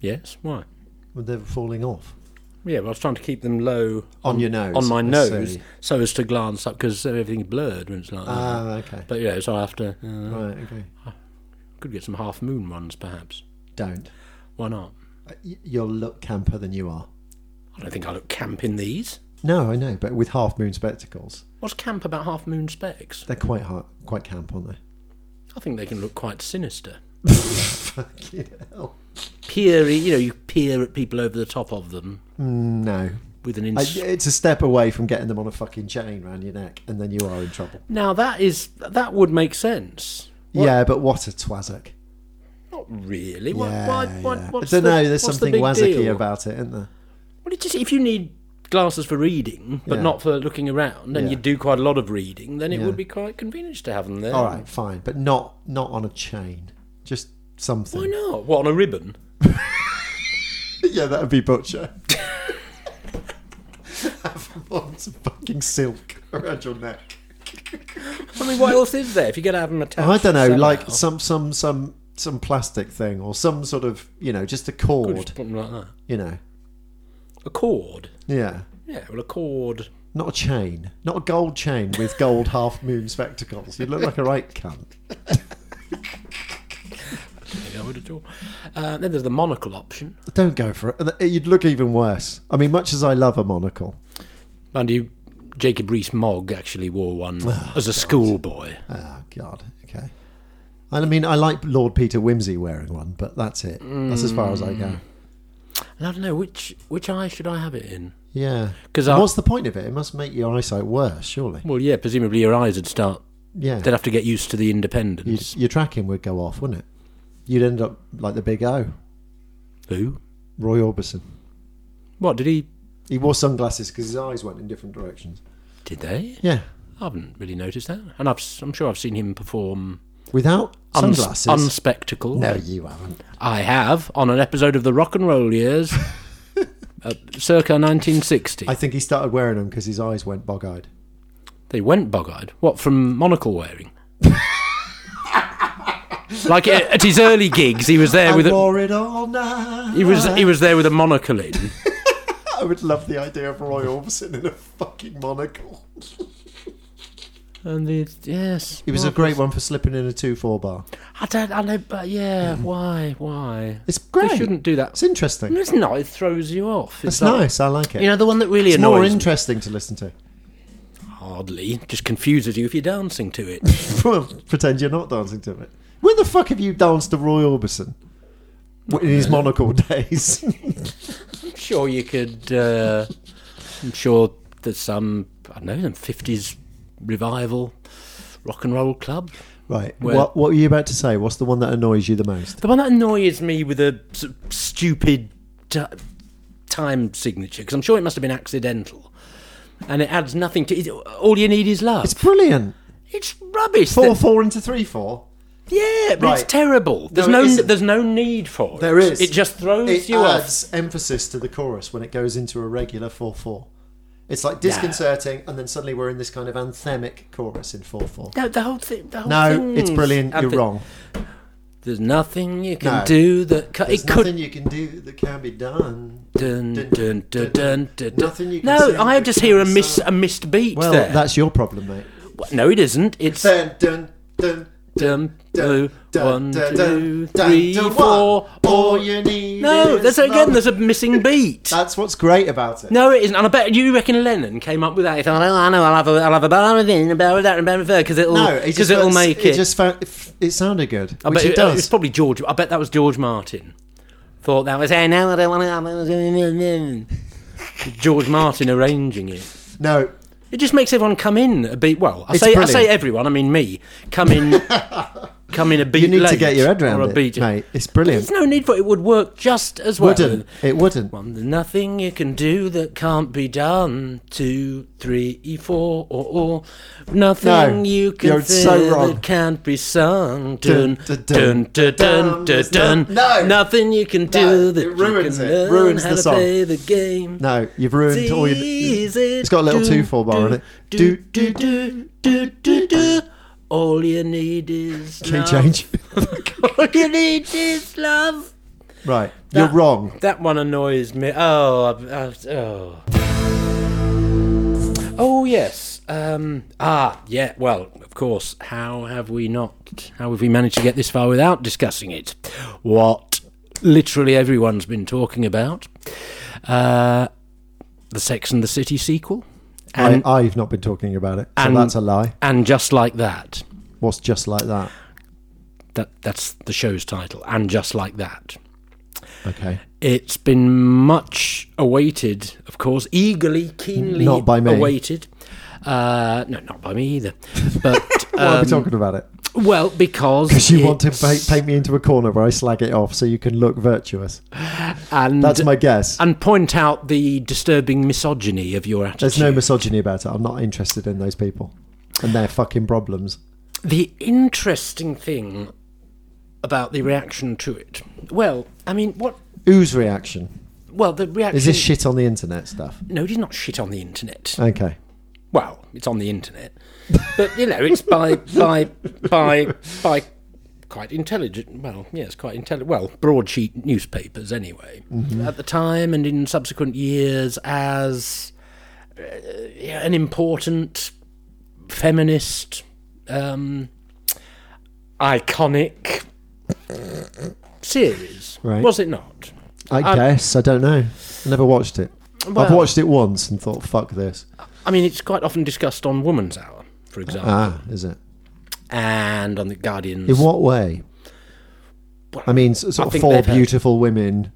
Speaker 1: Yes. Why?
Speaker 2: Well, they're falling off.
Speaker 1: Yeah. Well, I was trying to keep them low
Speaker 2: On your nose.
Speaker 1: on my
Speaker 2: necessarily.
Speaker 1: nose so as to glance up because everything's blurred when it's like that.
Speaker 2: Ah, okay.
Speaker 1: But yeah, so I have to. Uh,
Speaker 2: Right, okay.
Speaker 1: could get some half moon ones, perhaps.
Speaker 2: Don't.
Speaker 1: Why not?
Speaker 2: Uh, y- You'll look camper than you are.
Speaker 1: I don't think I look camp in these.
Speaker 2: No, I know, but with half moon spectacles,
Speaker 1: What's camp about half moon specs?
Speaker 2: they're quite hard, quite camp, aren't they?
Speaker 1: I think they can look quite sinister.
Speaker 2: Fucking hell.
Speaker 1: Peery, you know, you peer at people over the top of them
Speaker 2: No.
Speaker 1: with an
Speaker 2: I,
Speaker 1: ins-
Speaker 2: Uh, it's a step away from getting them on a fucking chain round your neck, and then you are in trouble.
Speaker 1: Now that is that would make sense. What-
Speaker 2: Yeah, but what a twazzock.
Speaker 1: Not really. What,
Speaker 2: Yeah,
Speaker 1: why, why,
Speaker 2: yeah.
Speaker 1: what's
Speaker 2: I don't
Speaker 1: the-
Speaker 2: know, there's
Speaker 1: what's the
Speaker 2: something
Speaker 1: big
Speaker 2: wazzicky
Speaker 1: deal?
Speaker 2: about it, isn't there?
Speaker 1: Well, it just if you need glasses for reading, but
Speaker 2: Yeah.
Speaker 1: not for looking around, and
Speaker 2: Yeah.
Speaker 1: you do quite a lot of reading, then it
Speaker 2: Yeah.
Speaker 1: would be quite convenient to have them there.
Speaker 2: All right, fine, but not not on a chain. Just something.
Speaker 1: Why not? What on a ribbon?
Speaker 2: yeah, that would be butcher. Have on some fucking silk around your neck.
Speaker 1: I mean, what else is there if you get to have them attached?
Speaker 2: I don't know,
Speaker 1: somehow?
Speaker 2: like some some some some plastic thing or some sort of you know just a cord.
Speaker 1: Just put them like that.
Speaker 2: You know,
Speaker 1: A cord.
Speaker 2: yeah,
Speaker 1: Yeah, well, a cord.
Speaker 2: not a chain, not a gold chain with gold half moon spectacles. You look like a right cunt.
Speaker 1: Maybe I would at all. Uh, then there's the monocle option.
Speaker 2: Don't go for it. You'd look even worse. I mean, much as I love a monocle,
Speaker 1: Mind you, Jacob Rees-Mogg actually wore one as a schoolboy.
Speaker 2: oh god, okay. And I mean, I like Lord Peter Whimsey wearing one, but that's it. That's as far as I go.
Speaker 1: And I don't know which which eye should I have it in?
Speaker 2: Yeah.
Speaker 1: 'Cause
Speaker 2: And
Speaker 1: I-
Speaker 2: what's the point of it? It must make your eyesight worse, surely.
Speaker 1: Well, yeah, presumably your eyes would start.
Speaker 2: Yeah.
Speaker 1: They'd have to get used to the
Speaker 2: Your,
Speaker 1: independence.
Speaker 2: your tracking would go off, wouldn't it? You'd end up like the Big O,
Speaker 1: Who?
Speaker 2: Roy Orbison.
Speaker 1: What did he?
Speaker 2: He wore sunglasses because his eyes went in different directions.
Speaker 1: Did they?
Speaker 2: Yeah.
Speaker 1: I haven't really noticed that, and I've, s- I'm sure I've seen him perform
Speaker 2: without
Speaker 1: Uns-
Speaker 2: sunglasses.
Speaker 1: unspectacle.
Speaker 2: no, you haven't.
Speaker 1: I have on an episode of the Rock and Roll Years, uh, circa 1960.
Speaker 2: I think he started wearing them because his eyes went bog-eyed.
Speaker 1: They went bug-eyed. What from monocle wearing? like at at his early gigs, he was there
Speaker 2: I
Speaker 1: with a,
Speaker 2: wore it all night.
Speaker 1: he was he was there with a monocle in.
Speaker 2: I would love the idea of Roy Orbison in a fucking monocle.
Speaker 1: And the, yes,
Speaker 2: It was a great one for slipping in a two-four bar.
Speaker 1: I don't I know, but yeah, why why?
Speaker 2: It's great.
Speaker 1: They shouldn't do that.
Speaker 2: It's interesting.
Speaker 1: Mm. It's not. It throws you off. It's
Speaker 2: It's
Speaker 1: like-
Speaker 2: nice. I like it.
Speaker 1: You know the one that really
Speaker 2: it's more
Speaker 1: annoys me.
Speaker 2: interesting to listen to.
Speaker 1: hardly just confuses you if you're dancing to it.
Speaker 2: well, pretend you're not dancing to it. When the fuck have you danced to Roy Orbison? In his monocle days.
Speaker 1: I'm sure you could. Uh, I'm sure there's some I don't know some fifties revival rock and roll club.
Speaker 2: right.
Speaker 1: Well-
Speaker 2: what what were you about to say? What's the one that annoys you the most?
Speaker 1: The one that annoys me with a sort of stupid t- time signature, because I'm sure it must have been accidental, and it adds nothing to it. All you need is love.
Speaker 2: It's
Speaker 1: It's,
Speaker 2: brilliant.
Speaker 1: rubbish.
Speaker 2: Four
Speaker 1: that-
Speaker 2: four into three four.
Speaker 1: yeah, but
Speaker 2: Right.
Speaker 1: it's terrible. There's
Speaker 2: No, it
Speaker 1: no,
Speaker 2: isn't.
Speaker 1: there's no need for it.
Speaker 2: There is.
Speaker 1: It just throws
Speaker 2: it
Speaker 1: you off.
Speaker 2: adds emphasis to the chorus when it goes into a regular four four. It's like disconcerting, and then suddenly we're in this kind of anthemic chorus in four four.
Speaker 1: No, the whole thing. The whole
Speaker 2: No,
Speaker 1: thing's
Speaker 2: it's brilliant. You're
Speaker 1: epic.
Speaker 2: wrong.
Speaker 1: There's nothing you can
Speaker 2: No.
Speaker 1: do that ca-
Speaker 2: There's
Speaker 1: it could.
Speaker 2: nothing you can do that can be done.
Speaker 1: Dun,
Speaker 2: dun,
Speaker 1: dun,
Speaker 2: dun,
Speaker 1: dun, dun, dun.
Speaker 2: Nothing you can
Speaker 1: no,
Speaker 2: sing
Speaker 1: I
Speaker 2: that
Speaker 1: just
Speaker 2: can
Speaker 1: hear a
Speaker 2: be
Speaker 1: miss
Speaker 2: sung.
Speaker 1: a missed beat
Speaker 2: Well,
Speaker 1: there.
Speaker 2: that's your problem, mate.
Speaker 1: no, it isn't. It's
Speaker 2: Dun, dun, dun,
Speaker 1: Dum,
Speaker 2: dun,
Speaker 1: doo,
Speaker 2: dun,
Speaker 1: one,
Speaker 2: dun,
Speaker 1: two,
Speaker 2: dun, dun,
Speaker 1: three,
Speaker 2: dun, one.
Speaker 1: four.
Speaker 2: All
Speaker 1: or-
Speaker 2: you need.
Speaker 1: No,
Speaker 2: is
Speaker 1: there's again.
Speaker 2: love.
Speaker 1: There's a missing beat.
Speaker 2: That's what's great about it.
Speaker 1: No, it isn't. And I bet you reckon Lennon came up with that. He thought, oh, I know, I'll have a, I'll have a bar with it, and a bar with that, and a bar with that, because it'll,
Speaker 2: No, it
Speaker 1: cause
Speaker 2: just
Speaker 1: it'll
Speaker 2: felt-
Speaker 1: make it.
Speaker 2: It just felt, it sounded good,
Speaker 1: I
Speaker 2: which
Speaker 1: bet
Speaker 2: it, does.
Speaker 1: was probably George. I bet that was George Martin. Thought that was, hey, no, I don't want to. George Martin arranging it.
Speaker 2: no,
Speaker 1: It just makes everyone come in a beat. Well, I
Speaker 2: It's
Speaker 1: say I say
Speaker 2: brilliant.
Speaker 1: everyone. I mean me. Come in, come in a beat.
Speaker 2: you need to
Speaker 1: late
Speaker 2: get your head
Speaker 1: or
Speaker 2: around
Speaker 1: a
Speaker 2: it,
Speaker 1: beat.
Speaker 2: mate. It's brilliant.
Speaker 1: There's no need for it. It would work just as well.
Speaker 2: wouldn't it? Wouldn't.
Speaker 1: One, there's nothing you can do that can't be done. Two, three, four, or, or nothing
Speaker 2: No,
Speaker 1: you can
Speaker 2: you're
Speaker 1: think
Speaker 2: so wrong.
Speaker 1: that can't be sung. Dun,
Speaker 2: Dun,
Speaker 1: dun, dun,
Speaker 2: dun,
Speaker 1: dun, dun,
Speaker 2: dun,
Speaker 1: dun,
Speaker 2: dun. No.
Speaker 1: Nothing you can do
Speaker 2: No,
Speaker 1: that
Speaker 2: it ruins
Speaker 1: you
Speaker 2: it.
Speaker 1: can learn
Speaker 2: Ruins
Speaker 1: how
Speaker 2: the
Speaker 1: to
Speaker 2: song.
Speaker 1: play the game.
Speaker 2: No, you've ruined all your.
Speaker 1: It's
Speaker 2: It's got a little two four bar in it.
Speaker 1: Do
Speaker 2: Do
Speaker 1: do do do do do. All you need is
Speaker 2: Key
Speaker 1: love.
Speaker 2: change.
Speaker 1: All you need is love.
Speaker 2: right,
Speaker 1: That-
Speaker 2: you're wrong.
Speaker 1: That one annoys me. Oh, I- I- oh. Oh yes. Um, ah, yeah. Well, of course. How have we not? How have we managed to get this far without discussing it? What literally everyone's been talking about: uh, the Sex and the City sequel, and
Speaker 2: I, I've not been talking about it, so
Speaker 1: and-
Speaker 2: that's a lie.
Speaker 1: and just like that.
Speaker 2: What's just like that?
Speaker 1: That that's the show's title. And just like that.
Speaker 2: Okay,
Speaker 1: It's been much awaited, of course, eagerly, keenly
Speaker 2: Not by me.
Speaker 1: awaited. Uh, no, not by me either. But
Speaker 2: why are we
Speaker 1: um,
Speaker 2: talking about it?
Speaker 1: well, because
Speaker 2: Because you want to
Speaker 1: it's-
Speaker 2: paint, paint me into a corner where I slag it off, so you can look virtuous.
Speaker 1: and
Speaker 2: That's my guess.
Speaker 1: and point out the disturbing misogyny of your attitude.
Speaker 2: There's no misogyny about it. I'm not interested in those people and their fucking problems.
Speaker 1: the interesting thing about the reaction to it. Well, I mean, what?
Speaker 2: Whose reaction?
Speaker 1: Well, the reaction.
Speaker 2: Is this shit on the internet stuff?
Speaker 1: no, it is not shit on the internet.
Speaker 2: Okay.
Speaker 1: well, it's on the internet, but you know, it's by by by by quite intelligent. Well, yes, quite intelligent. Well, broadsheet newspapers anyway at the time and in subsequent years as uh, yeah, an important feminist, um, iconic series,
Speaker 2: Right.
Speaker 1: was it not?
Speaker 2: I guess. I don't know. I never watched it. I've
Speaker 1: Well-
Speaker 2: watched it once and thought, fuck this.
Speaker 1: I mean, it's quite often discussed on Woman's Hour, for example,
Speaker 2: Ah, is it?
Speaker 1: and on the Guardian's.
Speaker 2: In what way?
Speaker 1: Well,
Speaker 2: I mean, s- sort of
Speaker 1: think
Speaker 2: four
Speaker 1: they've had-
Speaker 2: beautiful women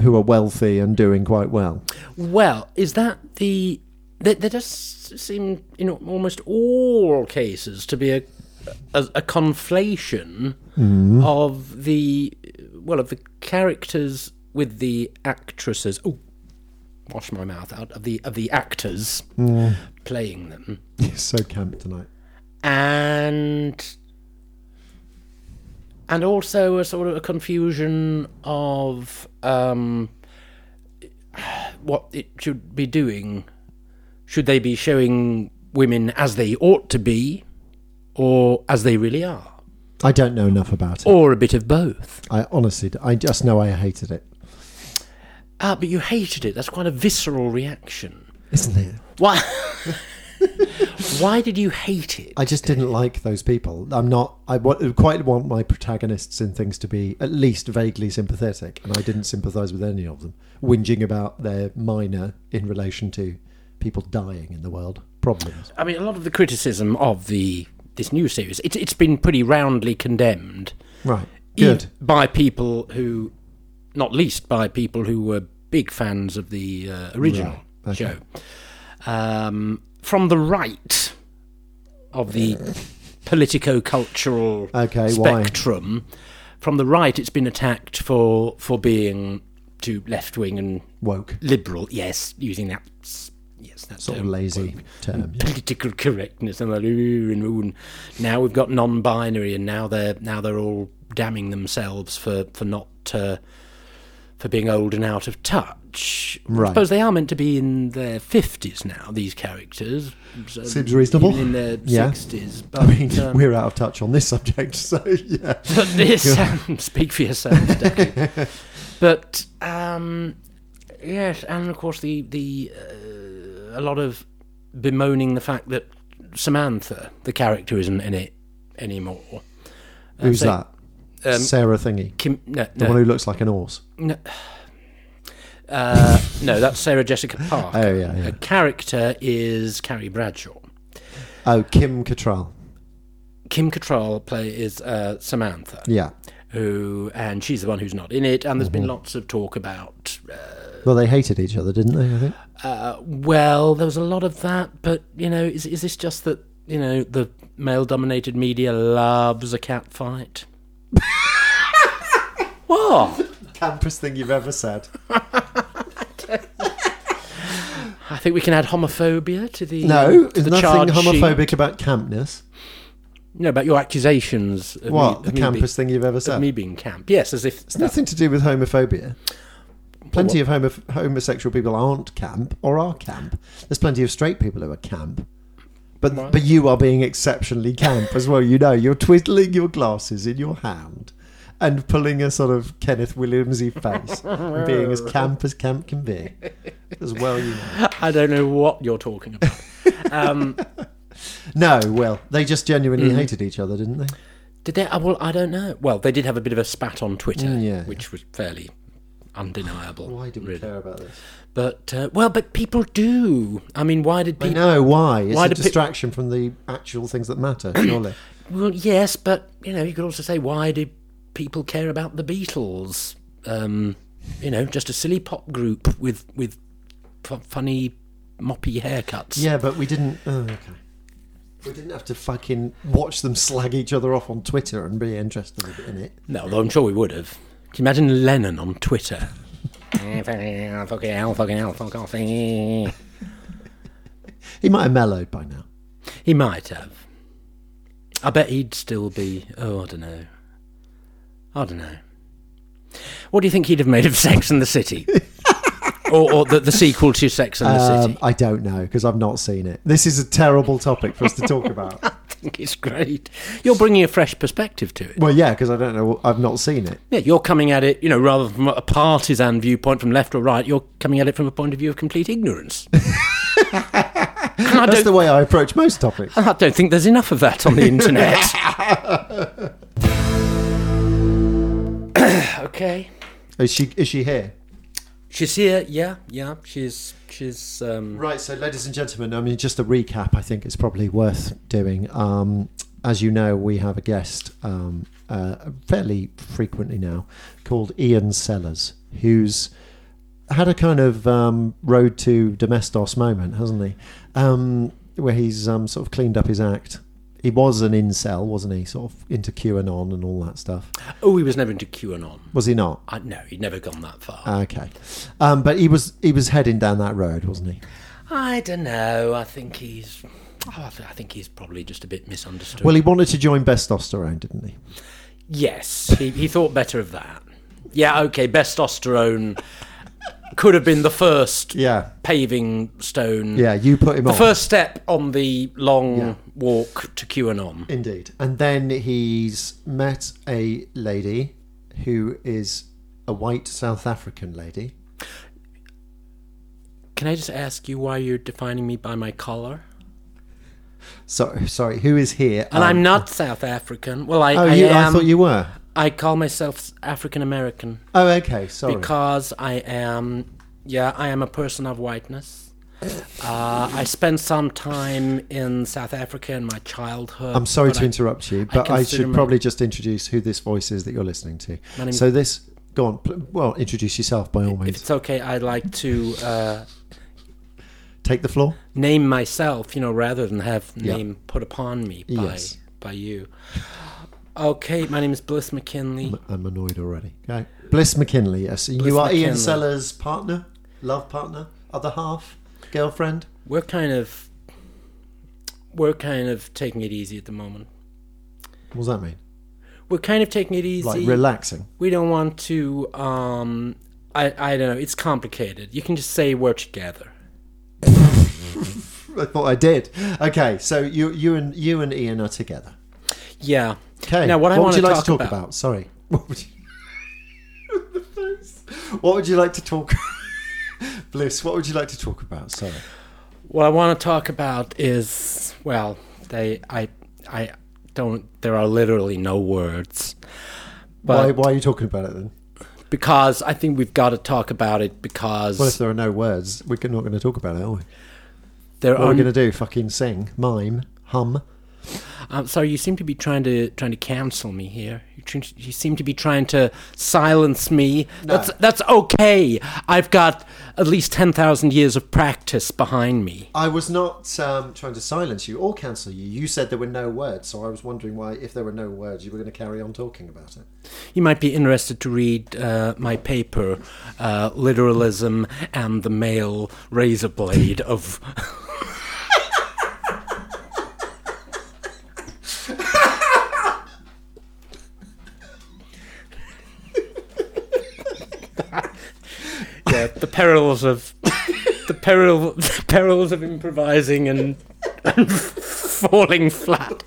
Speaker 2: who are wealthy and doing quite well.
Speaker 1: Well, is that the there, there does seem in almost all cases to be a a, a conflation of the well of the characters with the actresses. Oh, wash my mouth out of the of the actors playing them
Speaker 2: It's so camp tonight.
Speaker 1: and and also a sort of a confusion of um, what it should be doing. Should they be showing women as they ought to be, or as they really are,
Speaker 2: I don't know enough about it.
Speaker 1: or a bit of both?
Speaker 2: I honestly, I just know I hated it.
Speaker 1: Ah, but you hated it. That's quite a visceral reaction.
Speaker 2: Isn't it?
Speaker 1: Why? Why did you hate it?
Speaker 2: I just didn't like those people. I'm not. I w- quite want my protagonists in things to be at least vaguely sympathetic, and I didn't sympathise with any of them. Whinging about their minor in relation to people dying in the world problems.
Speaker 1: I mean, a lot of the criticism of the this new series, it, it's been pretty roundly condemned.
Speaker 2: Right.
Speaker 1: e-
Speaker 2: Good.
Speaker 1: by people who, not least by people who were big fans of the uh, original
Speaker 2: Right,
Speaker 1: show, um, from the right of the politico-cultural
Speaker 2: Okay, why?
Speaker 1: spectrum. From the right, it's been attacked for for being too left-wing and
Speaker 2: Woke.
Speaker 1: liberal. Yes, using that. s- Yes, that's
Speaker 2: Sort of lazy term.
Speaker 1: political correctness and like, ooh, and, ooh, and now we've got non-binary and now they're now they're all damning themselves for for not uh, for being old and out of touch.
Speaker 2: Right.
Speaker 1: I suppose they are meant to be in their fifties now. These characters so
Speaker 2: Seems reasonable.
Speaker 1: even In their
Speaker 2: Yeah.
Speaker 1: sixties, but
Speaker 2: I mean,
Speaker 1: um,
Speaker 2: we're out of touch on this subject, so yeah.
Speaker 1: but this speak for yourself, Ducky. but um, yes, and of course the the uh, a lot of bemoaning the fact that Samantha, the character, isn't in it anymore.
Speaker 2: Who's
Speaker 1: so-
Speaker 2: that?
Speaker 1: Um,
Speaker 2: Sarah Thingy,
Speaker 1: Kim, no,
Speaker 2: the
Speaker 1: no,
Speaker 2: one who looks like an horse.
Speaker 1: uh, no, that's Sarah Jessica Parker.
Speaker 2: Oh yeah, yeah.
Speaker 1: Her character is Carrie Bradshaw.
Speaker 2: Oh, Kim Cattrall.
Speaker 1: Kim Cattrall play is uh, Samantha,
Speaker 2: Yeah.
Speaker 1: who and she's the one who's not in it. And there's been lots of talk about
Speaker 2: Well, they hated each other, didn't they? I think.
Speaker 1: Uh, well, there was a lot of that, but you know, is is this just that you know the male-dominated media loves a cat fight? what?
Speaker 2: Campus thing you've ever said.
Speaker 1: I think we can add homophobia to the um,
Speaker 2: No,
Speaker 1: to
Speaker 2: there's
Speaker 1: the
Speaker 2: nothing
Speaker 1: charge sheet.
Speaker 2: homophobic about campness.
Speaker 1: No, about your accusations. Of
Speaker 2: What?
Speaker 1: me,
Speaker 2: the
Speaker 1: of me being-
Speaker 2: campus thing you've ever
Speaker 1: of
Speaker 2: said.
Speaker 1: me being camp? Yes, as if
Speaker 2: It's nothing to do with homophobia. Plenty of homo- homosexual people aren't camp or are camp. There's plenty of straight people who are camp. But,
Speaker 1: Right.
Speaker 2: but you are being exceptionally camp as well. You know, you're twiddling your glasses in your hand and pulling a sort of Kenneth Williamsy face and being as camp as camp can be. As well, you know.
Speaker 1: I don't know what you're talking about. um,
Speaker 2: No, well, they just
Speaker 1: Mm.
Speaker 2: genuinely hated each other, didn't they?
Speaker 1: Did they? uh, Well, I don't know. Well, they did have a bit of a spat on Twitter,
Speaker 2: Mm, yeah,
Speaker 1: which was fairly undeniable.
Speaker 2: Why do we
Speaker 1: really.
Speaker 2: care about this?
Speaker 1: But uh, well, but people do. I mean, why did
Speaker 2: I
Speaker 1: people?
Speaker 2: know why. It's
Speaker 1: Why
Speaker 2: a
Speaker 1: do pe-
Speaker 2: distraction from the actual things that matter, surely.
Speaker 1: Well, yes, but you know, you could also say, why do people care about the Beatles? Um, you know, just a silly pop group with with f- funny moppy haircuts.
Speaker 2: Yeah, but we didn't. Oh, okay. We didn't have to fucking watch them slag each other off on Twitter and be interested in it.
Speaker 1: No, although I'm sure we would have. Can you imagine Lennon on Twitter? Eh, fucking hell, fucking hell, fucking hell, fuck off. eh.
Speaker 2: He might have mellowed by now.
Speaker 1: He might have. I bet he'd still be. Oh, I don't know. I don't know. What do you think he'd have made of Sex and the City? or or the, the sequel to Sex and the
Speaker 2: Um,
Speaker 1: City?
Speaker 2: I don't know because I've not seen it. This is a terrible topic for us to talk about.
Speaker 1: I think it's great. You're bringing a fresh perspective to it.
Speaker 2: well, yeah, because I don't know. I've not seen it.
Speaker 1: Yeah, you're coming at it, you know, rather from a partisan viewpoint from left or right, you're coming at it from a point of view of complete ignorance. and I
Speaker 2: That's
Speaker 1: don't,
Speaker 2: the way I approach most topics.
Speaker 1: I don't think there's enough of that on the internet. okay.
Speaker 2: Is she? Is she here?
Speaker 1: She's here, yeah, yeah. She's she's um
Speaker 2: Right, so ladies and gentlemen, I mean, just a recap, I think it's probably worth doing. Um, as you know, we have a guest um, uh, fairly frequently now called Ian Sellers, who's had a kind of um, road to Domestos moment, hasn't he? Um, where he's um, sort of cleaned up his act. He was an incel, wasn't he? Sort of into QAnon and all that stuff.
Speaker 1: oh, he was never into QAnon.
Speaker 2: Was he not?
Speaker 1: I no, he'd never gone that far.
Speaker 2: Okay, um, but he was he was heading down that road, wasn't he?
Speaker 1: I don't know. I think he's. Oh, I, th- I think he's probably just a bit misunderstood.
Speaker 2: Well, he wanted to join Bestosterone, didn't he?
Speaker 1: Yes, he, he thought better of that. Yeah, okay, bestosterone could have been the first
Speaker 2: Yeah.
Speaker 1: paving stone.
Speaker 2: Yeah, you put him
Speaker 1: The
Speaker 2: on.
Speaker 1: first step on the long
Speaker 2: Yeah.
Speaker 1: walk to QAnon.
Speaker 2: Indeed. And then he's met a lady who is a white South African lady.
Speaker 1: Can I just ask you why you're defining me by my color?
Speaker 2: Sorry, sorry, who is here?
Speaker 1: And I'm not South African. Well, I,
Speaker 2: Um, uh, Oh,
Speaker 1: I
Speaker 2: you,
Speaker 1: am.
Speaker 2: I thought you were.
Speaker 1: I call myself African American
Speaker 2: Oh, okay, sorry.
Speaker 1: because I am. Yeah, I am a person of whiteness. Uh, I spent some time in South Africa in my childhood.
Speaker 2: I'm sorry
Speaker 1: but
Speaker 2: to
Speaker 1: I-
Speaker 2: interrupt you, but I,
Speaker 1: consider
Speaker 2: should
Speaker 1: my-
Speaker 2: probably just introduce who this voice is that you're listening to.
Speaker 1: name is-
Speaker 2: So this, go on. pl- Well, introduce yourself by all
Speaker 1: If
Speaker 2: means.
Speaker 1: it's okay, I'd like to uh,
Speaker 2: Take the floor.
Speaker 1: name myself, you know, rather than have
Speaker 2: Yeah.
Speaker 1: name put upon me by
Speaker 2: Yes.
Speaker 1: by you. Okay, my name is Bliss McKinley.
Speaker 2: I'm annoyed already. Okay. Bliss McKinley. Yes,
Speaker 1: Bliss
Speaker 2: you are Ian
Speaker 1: McKinley.
Speaker 2: Sellers' partner, love partner, other half, girlfriend.
Speaker 1: We're kind of we're kind of taking it easy at the moment.
Speaker 2: What does that mean?
Speaker 1: We're kind of taking it easy.
Speaker 2: Like relaxing.
Speaker 1: we don't want to. Um, I I don't know. It's complicated. You can just say we're together.
Speaker 2: I thought I did. Okay, so you you and you and Ian are together.
Speaker 1: Yeah.
Speaker 2: Okay.
Speaker 1: Now, what, I
Speaker 2: would
Speaker 1: want
Speaker 2: you like
Speaker 1: talk
Speaker 2: to talk
Speaker 1: about,
Speaker 2: about? Sorry. What would you? The face. What would you like to talk? Bliss. What would you like to talk about? Sorry.
Speaker 1: What I want to talk about is well, they I I don't. There are literally no words.
Speaker 2: Why,
Speaker 1: But
Speaker 2: why are you talking about it then?
Speaker 1: because I think we've got to talk about it because
Speaker 2: Well, if there are no words, we're not going to talk about it, are we?
Speaker 1: there
Speaker 2: What are
Speaker 1: are.
Speaker 2: we going to do? Fucking sing, mime, hum.
Speaker 1: I'm sorry, Um, you seem to be trying to trying to cancel me here. You, tr- you seem to be trying to silence me. That's that's okay. I've got at least ten thousand years of practice behind me.
Speaker 2: I was not um, trying to silence you or cancel you. You said there were no words, so I was wondering why, if there were no words, you were going to carry on talking about it.
Speaker 1: You might be interested to read uh, my paper, uh, "Literalism and the Male Razor Blade of." yeah, the perils of the peril the perils of improvising and, and falling flat.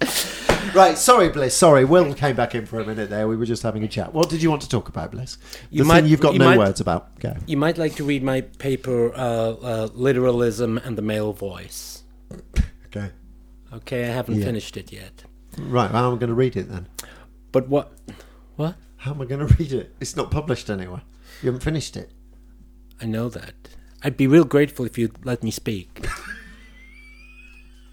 Speaker 2: Right, sorry, Bliss. Sorry, Will came back in for a minute there. We were just having a chat. What did you want to talk about, Bliss? The
Speaker 1: You
Speaker 2: thing
Speaker 1: might-
Speaker 2: you've got
Speaker 1: you
Speaker 2: no
Speaker 1: might-
Speaker 2: words about. Go.
Speaker 1: You might like to read my paper, uh, uh, Literalism and the Male Voice.
Speaker 2: Okay.
Speaker 1: Okay, I haven't
Speaker 2: Yeah.
Speaker 1: finished it yet.
Speaker 2: Right, well, how am I going to read it then?
Speaker 1: But what? What?
Speaker 2: How am I going to read it? It's not published anywhere. You haven't finished it.
Speaker 1: I know that. I'd be real grateful if you'd let me speak.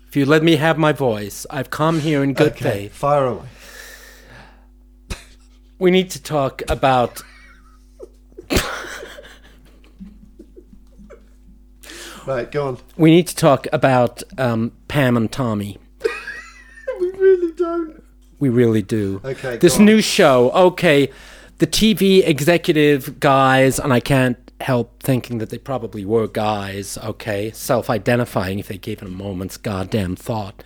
Speaker 1: if you'd let me have my voice, I've come here in good faith.
Speaker 2: Fire away.
Speaker 1: We need to talk about.
Speaker 2: Right, go on.
Speaker 1: We need to talk about um, Pam and Tommy.
Speaker 2: We really don't.
Speaker 1: We really do.
Speaker 2: Okay, go
Speaker 1: This
Speaker 2: on.
Speaker 1: new show, okay, the TV executive guys, and I can't help thinking that they probably were guys, okay, self identifying if they gave it a moment's goddamn thought,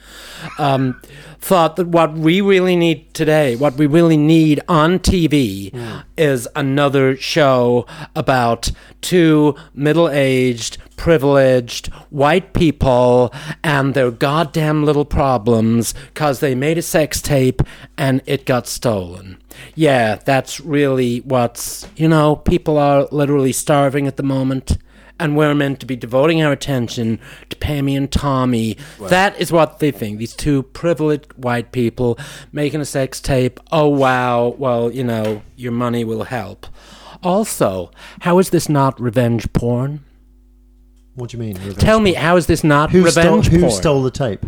Speaker 1: um, thought that what we really need today, what we really need on TV,
Speaker 2: Hmm.
Speaker 1: is another show about two middle aged, privileged white people and their goddamn little problems because they made a sex tape and it got stolen. Yeah, that's really what's, you know, people are literally starving at the moment. And we're meant to be devoting our attention to Pammy and Tommy. That is what they think. These two privileged white people making a sex tape. Oh, wow. Well, you know, your money will help. Also, how is this not revenge porn?
Speaker 2: What do you mean? revenge?
Speaker 1: Tell me, how is this not
Speaker 2: who stole,
Speaker 1: revenge
Speaker 2: who
Speaker 1: porn?
Speaker 2: stole the tape?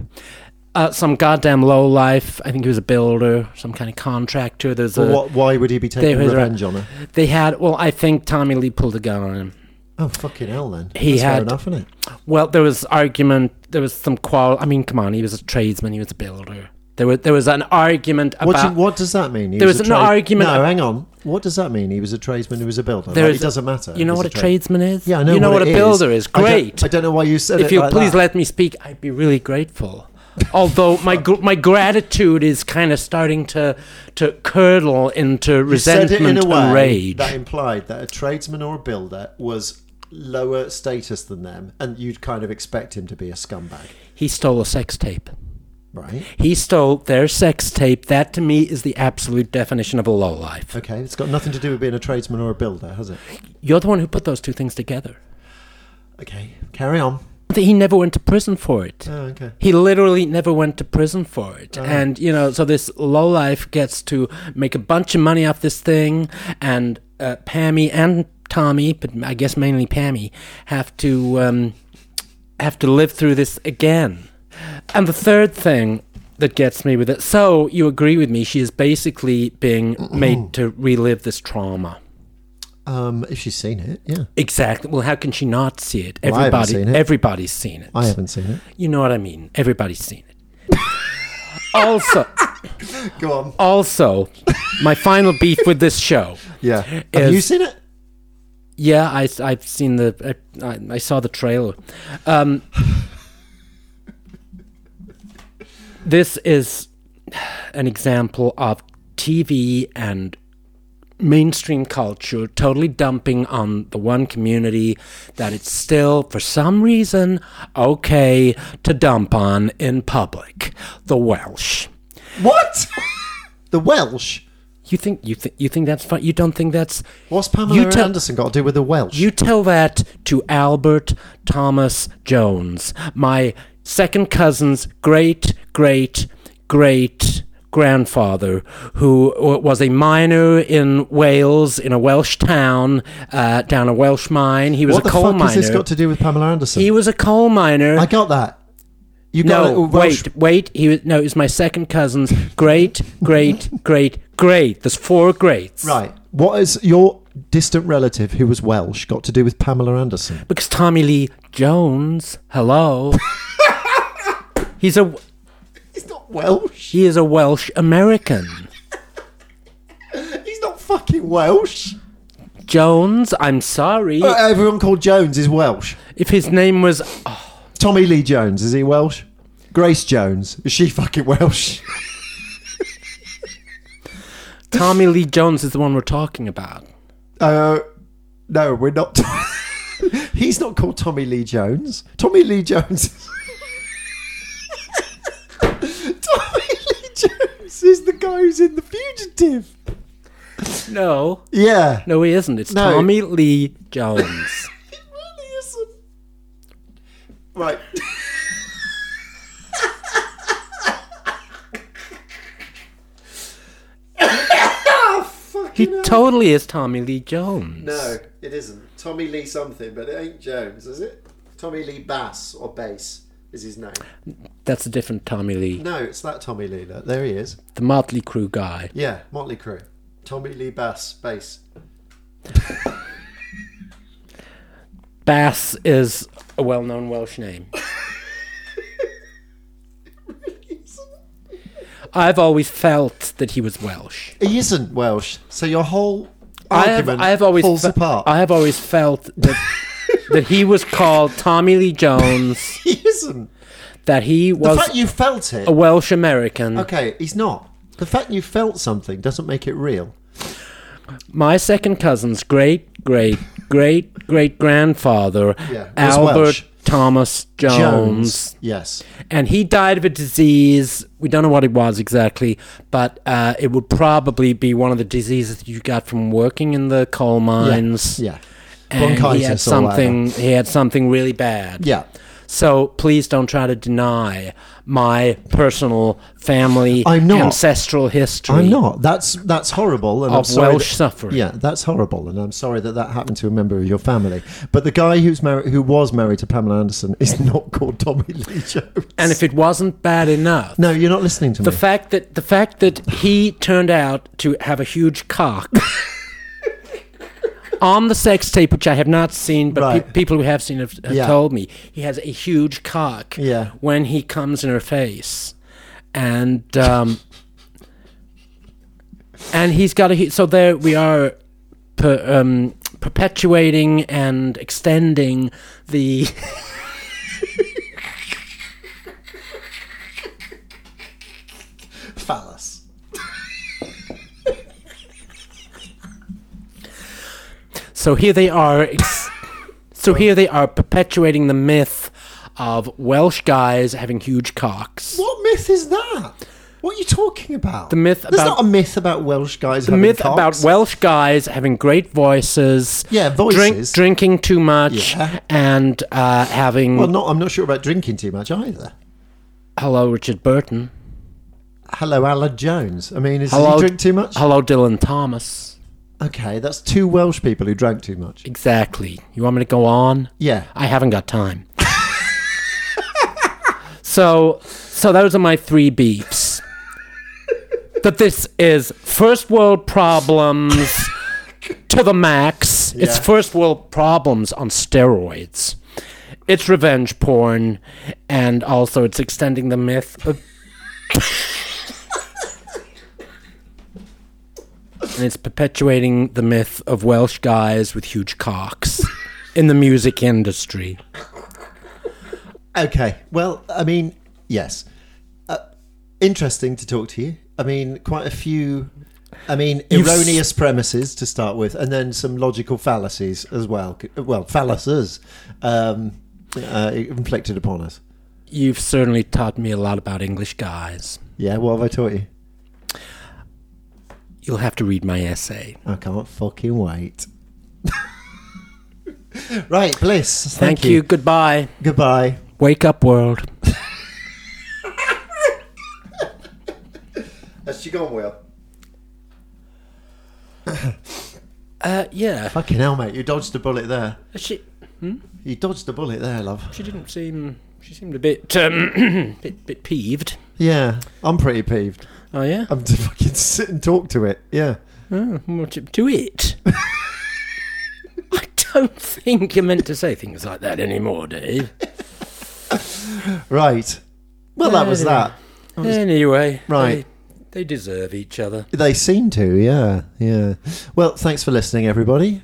Speaker 1: Uh, some goddamn low life. I think he was a builder, some kind of contractor. There's
Speaker 2: Well,
Speaker 1: a.
Speaker 2: what, why would he be taking
Speaker 1: was a-
Speaker 2: revenge on her?
Speaker 1: They had. Well, I think Tommy Lee pulled a gun on him.
Speaker 2: Oh, fucking hell then.
Speaker 1: He
Speaker 2: That's fair
Speaker 1: had-
Speaker 2: enough, isn't it?
Speaker 1: Well, there was argument. There was some qual. I mean, come on. He was a tradesman. He was a builder. There was there was an argument
Speaker 2: What, do
Speaker 1: about.
Speaker 2: you- what does that mean? He
Speaker 1: There
Speaker 2: was,
Speaker 1: was
Speaker 2: a
Speaker 1: an argument-
Speaker 2: No, hang on. What does that mean? He was a tradesman who was a builder.
Speaker 1: There
Speaker 2: Like,
Speaker 1: is
Speaker 2: it
Speaker 1: a-
Speaker 2: doesn't matter.
Speaker 1: you know
Speaker 2: He's
Speaker 1: what
Speaker 2: a
Speaker 1: a
Speaker 2: trade-
Speaker 1: tradesman is.
Speaker 2: Yeah, I know.
Speaker 1: You know what,
Speaker 2: it
Speaker 1: a
Speaker 2: is.
Speaker 1: builder is.
Speaker 2: I don't-
Speaker 1: Great.
Speaker 2: I don't, know why you said it.
Speaker 1: if you'll
Speaker 2: like
Speaker 1: please
Speaker 2: that.
Speaker 1: let me speak, I'd be really grateful. Although my gr- my gratitude is kind of starting to to curdle into
Speaker 2: You said
Speaker 1: resentment
Speaker 2: it in a way
Speaker 1: and rage.
Speaker 2: that implied that a tradesman or a builder was lower status than them, and you'd kind of expect him to be a scumbag,
Speaker 1: He stole a sex tape.
Speaker 2: right?
Speaker 1: He stole their sex tape. That to me is the absolute definition of a lowlife.
Speaker 2: Okay, it's got nothing to do with being a tradesman or a builder, has it?
Speaker 1: You're the one who put those two things together.
Speaker 2: Okay, carry on.
Speaker 1: That He never went to prison for it.
Speaker 2: Oh, okay.
Speaker 1: He literally never went to prison for it.
Speaker 2: Uh-huh.
Speaker 1: And, you know, so this lowlife gets to make a bunch of money off this thing, and uh, Pammy and Tommy, but I guess mainly Pammy, have to um, have to live through this again. And the third thing that gets me with it so you agree with me, she is basically being
Speaker 2: Mm-hmm.
Speaker 1: made to relive this trauma.
Speaker 2: Um, if she's seen it, yeah,
Speaker 1: Exactly. Well, how can she not see it?
Speaker 2: Well, I haven't
Speaker 1: Everybody,
Speaker 2: seen it.
Speaker 1: everybody's seen it.
Speaker 2: I haven't seen
Speaker 1: You know what I mean? Everybody's seen it. also,
Speaker 2: it. Go on.
Speaker 1: also, my final beef with this show.
Speaker 2: Yeah, have
Speaker 1: Is-
Speaker 2: you seen it?
Speaker 1: Yeah, I, have seen the, I, I, I saw the trailer. Um, this is an example of TV and mainstream culture totally dumping on the one community that it's still, for some reason, okay to dump on in public the Welsh.
Speaker 2: What? the Welsh.
Speaker 1: You think you think you think that's fun? You don't think that's
Speaker 2: What's Pamela
Speaker 1: You tell-
Speaker 2: Anderson got to do with the Welsh?
Speaker 1: You tell that to Albert Thomas Jones, my second cousin's great, great, great grandfather, who was a miner in Wales, in a Welsh town, uh, down a Welsh mine. He was
Speaker 2: what
Speaker 1: a
Speaker 2: the
Speaker 1: coal
Speaker 2: fuck
Speaker 1: miner.
Speaker 2: has this got to do with Pamela Anderson?
Speaker 1: he was a coal miner.
Speaker 2: I got that. You got
Speaker 1: no,
Speaker 2: it. Welsh.
Speaker 1: wait, wait. He was, no, it was my second cousin's great, great, great, great. There's four greats.
Speaker 2: Right. What is your distant relative who was Welsh got to do with Pamela Anderson?
Speaker 1: Because Tommy Lee Jones, hello. He's a
Speaker 2: He's not Welsh.
Speaker 1: he is a Welsh American.
Speaker 2: He's not fucking Welsh.
Speaker 1: Jones, I'm sorry.
Speaker 2: everyone called Jones is Welsh.
Speaker 1: If his name was
Speaker 2: Tommy Lee Jones, is he Welsh? Grace Jones, is she fucking Welsh?
Speaker 1: Tommy Lee Jones is the one we're talking about.
Speaker 2: Uh, no, we're not. He's not called Tommy Lee Jones. Tommy Lee Jones. Tommy Lee Jones is the guy who's in The Fugitive.
Speaker 1: No.
Speaker 2: Yeah.
Speaker 1: No, he isn't. It's
Speaker 2: No.
Speaker 1: Tommy Lee Jones.
Speaker 2: It really isn't. Right.
Speaker 1: he totally is Tommy Lee Jones.
Speaker 2: No, it isn't. Tommy Lee something, but it ain't Jones, is it? Tommy Lee Bass or Bass is his name.
Speaker 1: That's a different Tommy Lee.
Speaker 2: No, it's that Tommy Lee. Look, there he is.
Speaker 1: The Motley Crew guy.
Speaker 2: Yeah, Motley Crue. Tommy Lee Bass, Bass.
Speaker 1: Bass is a well known Welsh name. I've always felt that he was Welsh.
Speaker 2: He isn't Welsh, so your whole
Speaker 1: I have,
Speaker 2: argument
Speaker 1: I have always
Speaker 2: falls
Speaker 1: fe-
Speaker 2: apart.
Speaker 1: I have always felt that, that he was called Tommy Lee Jones,
Speaker 2: he isn't.
Speaker 1: that he
Speaker 2: The
Speaker 1: was
Speaker 2: fact you felt it.
Speaker 1: a Welsh American.
Speaker 2: Okay, he's not. The fact you felt something doesn't make it real.
Speaker 1: My second cousin's great, great, great, great grandfather,
Speaker 2: Yeah, was
Speaker 1: Albert
Speaker 2: Welsh.
Speaker 1: Thomas Jones,
Speaker 2: Jones. Yes.
Speaker 1: and he died of a disease. We don't know what it was exactly, but uh, it would probably be one of the diseases that you got from working in the coal mines.
Speaker 2: Yeah.
Speaker 1: And he
Speaker 2: Bronchitis or
Speaker 1: had something. He had something really bad.
Speaker 2: Yeah.
Speaker 1: So please don't try to deny my personal family
Speaker 2: I'm not.
Speaker 1: ancestral history.
Speaker 2: I'm not. That's that's horrible. And I'm
Speaker 1: Of
Speaker 2: sorry
Speaker 1: Welsh
Speaker 2: that-
Speaker 1: suffering.
Speaker 2: Yeah, that's horrible, and I'm sorry that that happened to a member of your family. But the guy who's married, who was married to Pamela Anderson, is not called Tommy Lee Jones.
Speaker 1: And if it wasn't bad enough,
Speaker 2: no, you're not listening to
Speaker 1: the
Speaker 2: me.
Speaker 1: fact that the fact that he turned out to have a huge cock on the sex tape, which I have not seen, but pe-
Speaker 2: Right.
Speaker 1: people who have seen have, have
Speaker 2: Yeah.
Speaker 1: told me he has a huge cock.
Speaker 2: Yeah.
Speaker 1: When he comes in her face, and um, and he's got a hu- so there we are. Per, um, perpetuating and extending the So here they are. Ex- so here they are perpetuating the myth of Welsh guys having huge cocks.
Speaker 2: What myth is that? What are you talking about?
Speaker 1: The myth
Speaker 2: There's
Speaker 1: about-
Speaker 2: not a myth about Welsh guys.
Speaker 1: The
Speaker 2: having
Speaker 1: myth
Speaker 2: cocks.
Speaker 1: about Welsh guys having great voices.
Speaker 2: Yeah,
Speaker 1: Drink,
Speaker 2: voices.
Speaker 1: drinking too much
Speaker 2: Yeah.
Speaker 1: and uh, having.
Speaker 2: Well, not, I'm not sure about drinking too much either.
Speaker 1: hello, Richard Burton.
Speaker 2: Hello, Alan Jones. I mean, is,
Speaker 1: Hello,
Speaker 2: does he drink too much?
Speaker 1: Hello, Dylan Thomas.
Speaker 2: Okay, that's two Welsh people who drank too much.
Speaker 1: Exactly. You want me to go on?
Speaker 2: Yeah.
Speaker 1: I haven't got time. so, so those are my three beefs. that this is first world problems to the max. It's
Speaker 2: Yeah.
Speaker 1: first world problems on steroids. It's revenge porn, and also it's extending the myth. Of and it's perpetuating the myth of Welsh guys with huge cocks in the music industry.
Speaker 2: Okay. Well, I mean, yes. Uh, interesting to talk to you. I mean, quite a few. I mean,
Speaker 1: You've s-
Speaker 2: erroneous premises to start with, and then some logical fallacies as well. Well, fallacies um, uh, inflicted upon us.
Speaker 1: You've certainly taught me a lot about English guys.
Speaker 2: Yeah. What have I taught you?
Speaker 1: You'll have to read my essay.
Speaker 2: I can't fucking wait. right, Bliss. Thank,
Speaker 1: Thank, you. Goodbye.
Speaker 2: Goodbye.
Speaker 1: Wake up, world.
Speaker 2: Has she gone, Will?
Speaker 1: Uh, yeah.
Speaker 2: Fucking hell, mate! You dodged a bullet there.
Speaker 1: She
Speaker 2: You dodged a bullet there, love.
Speaker 1: she didn't seem she seemed a bit um, bit bit peeved.
Speaker 2: Yeah, I'm pretty peeved.
Speaker 1: Oh yeah.
Speaker 2: I'm to fucking sit and talk to it. Yeah.
Speaker 1: Oh, what to, to it. I don't think you're meant to say things like that anymore, Dave.
Speaker 2: Right. Well, that was that.
Speaker 1: Anyway,
Speaker 2: Right.
Speaker 1: They, they deserve each other.
Speaker 2: They seem to. Yeah. Yeah. Well, thanks for listening, everybody.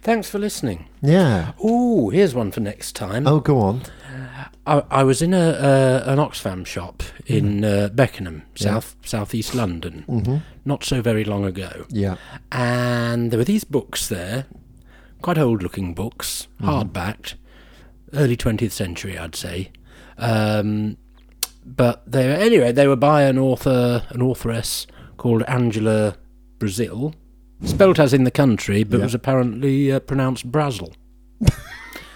Speaker 1: Thanks for listening.
Speaker 2: Yeah.
Speaker 1: Ooh, here's one for next time.
Speaker 2: Oh, go on.
Speaker 1: I, I was in a uh, an Oxfam shop in uh, Beckenham, south southeast London, not so very long ago,
Speaker 2: Yeah.
Speaker 1: and there were these books there, quite old looking books, hard backed, early twentieth century, I'd say. Um, but they were, anyway, they were by an author, an authoress called Angela Brazil, spelt as in the country, but
Speaker 2: Yeah.
Speaker 1: was apparently uh, pronounced Brazil.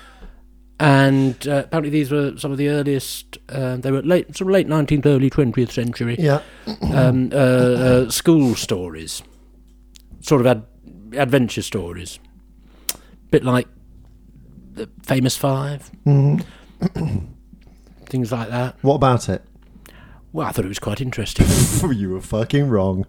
Speaker 1: and uh, apparently, these were some of the earliest. Uh, they were late, sort of late nineteenth, early twentieth century
Speaker 2: Yeah.
Speaker 1: um, uh, uh, school stories, sort of ad- adventure stories, bit like the Famous 5 things like that.
Speaker 2: Mm-hmm. What about it?
Speaker 1: Well, I thought it was quite interesting.
Speaker 2: you were fucking wrong.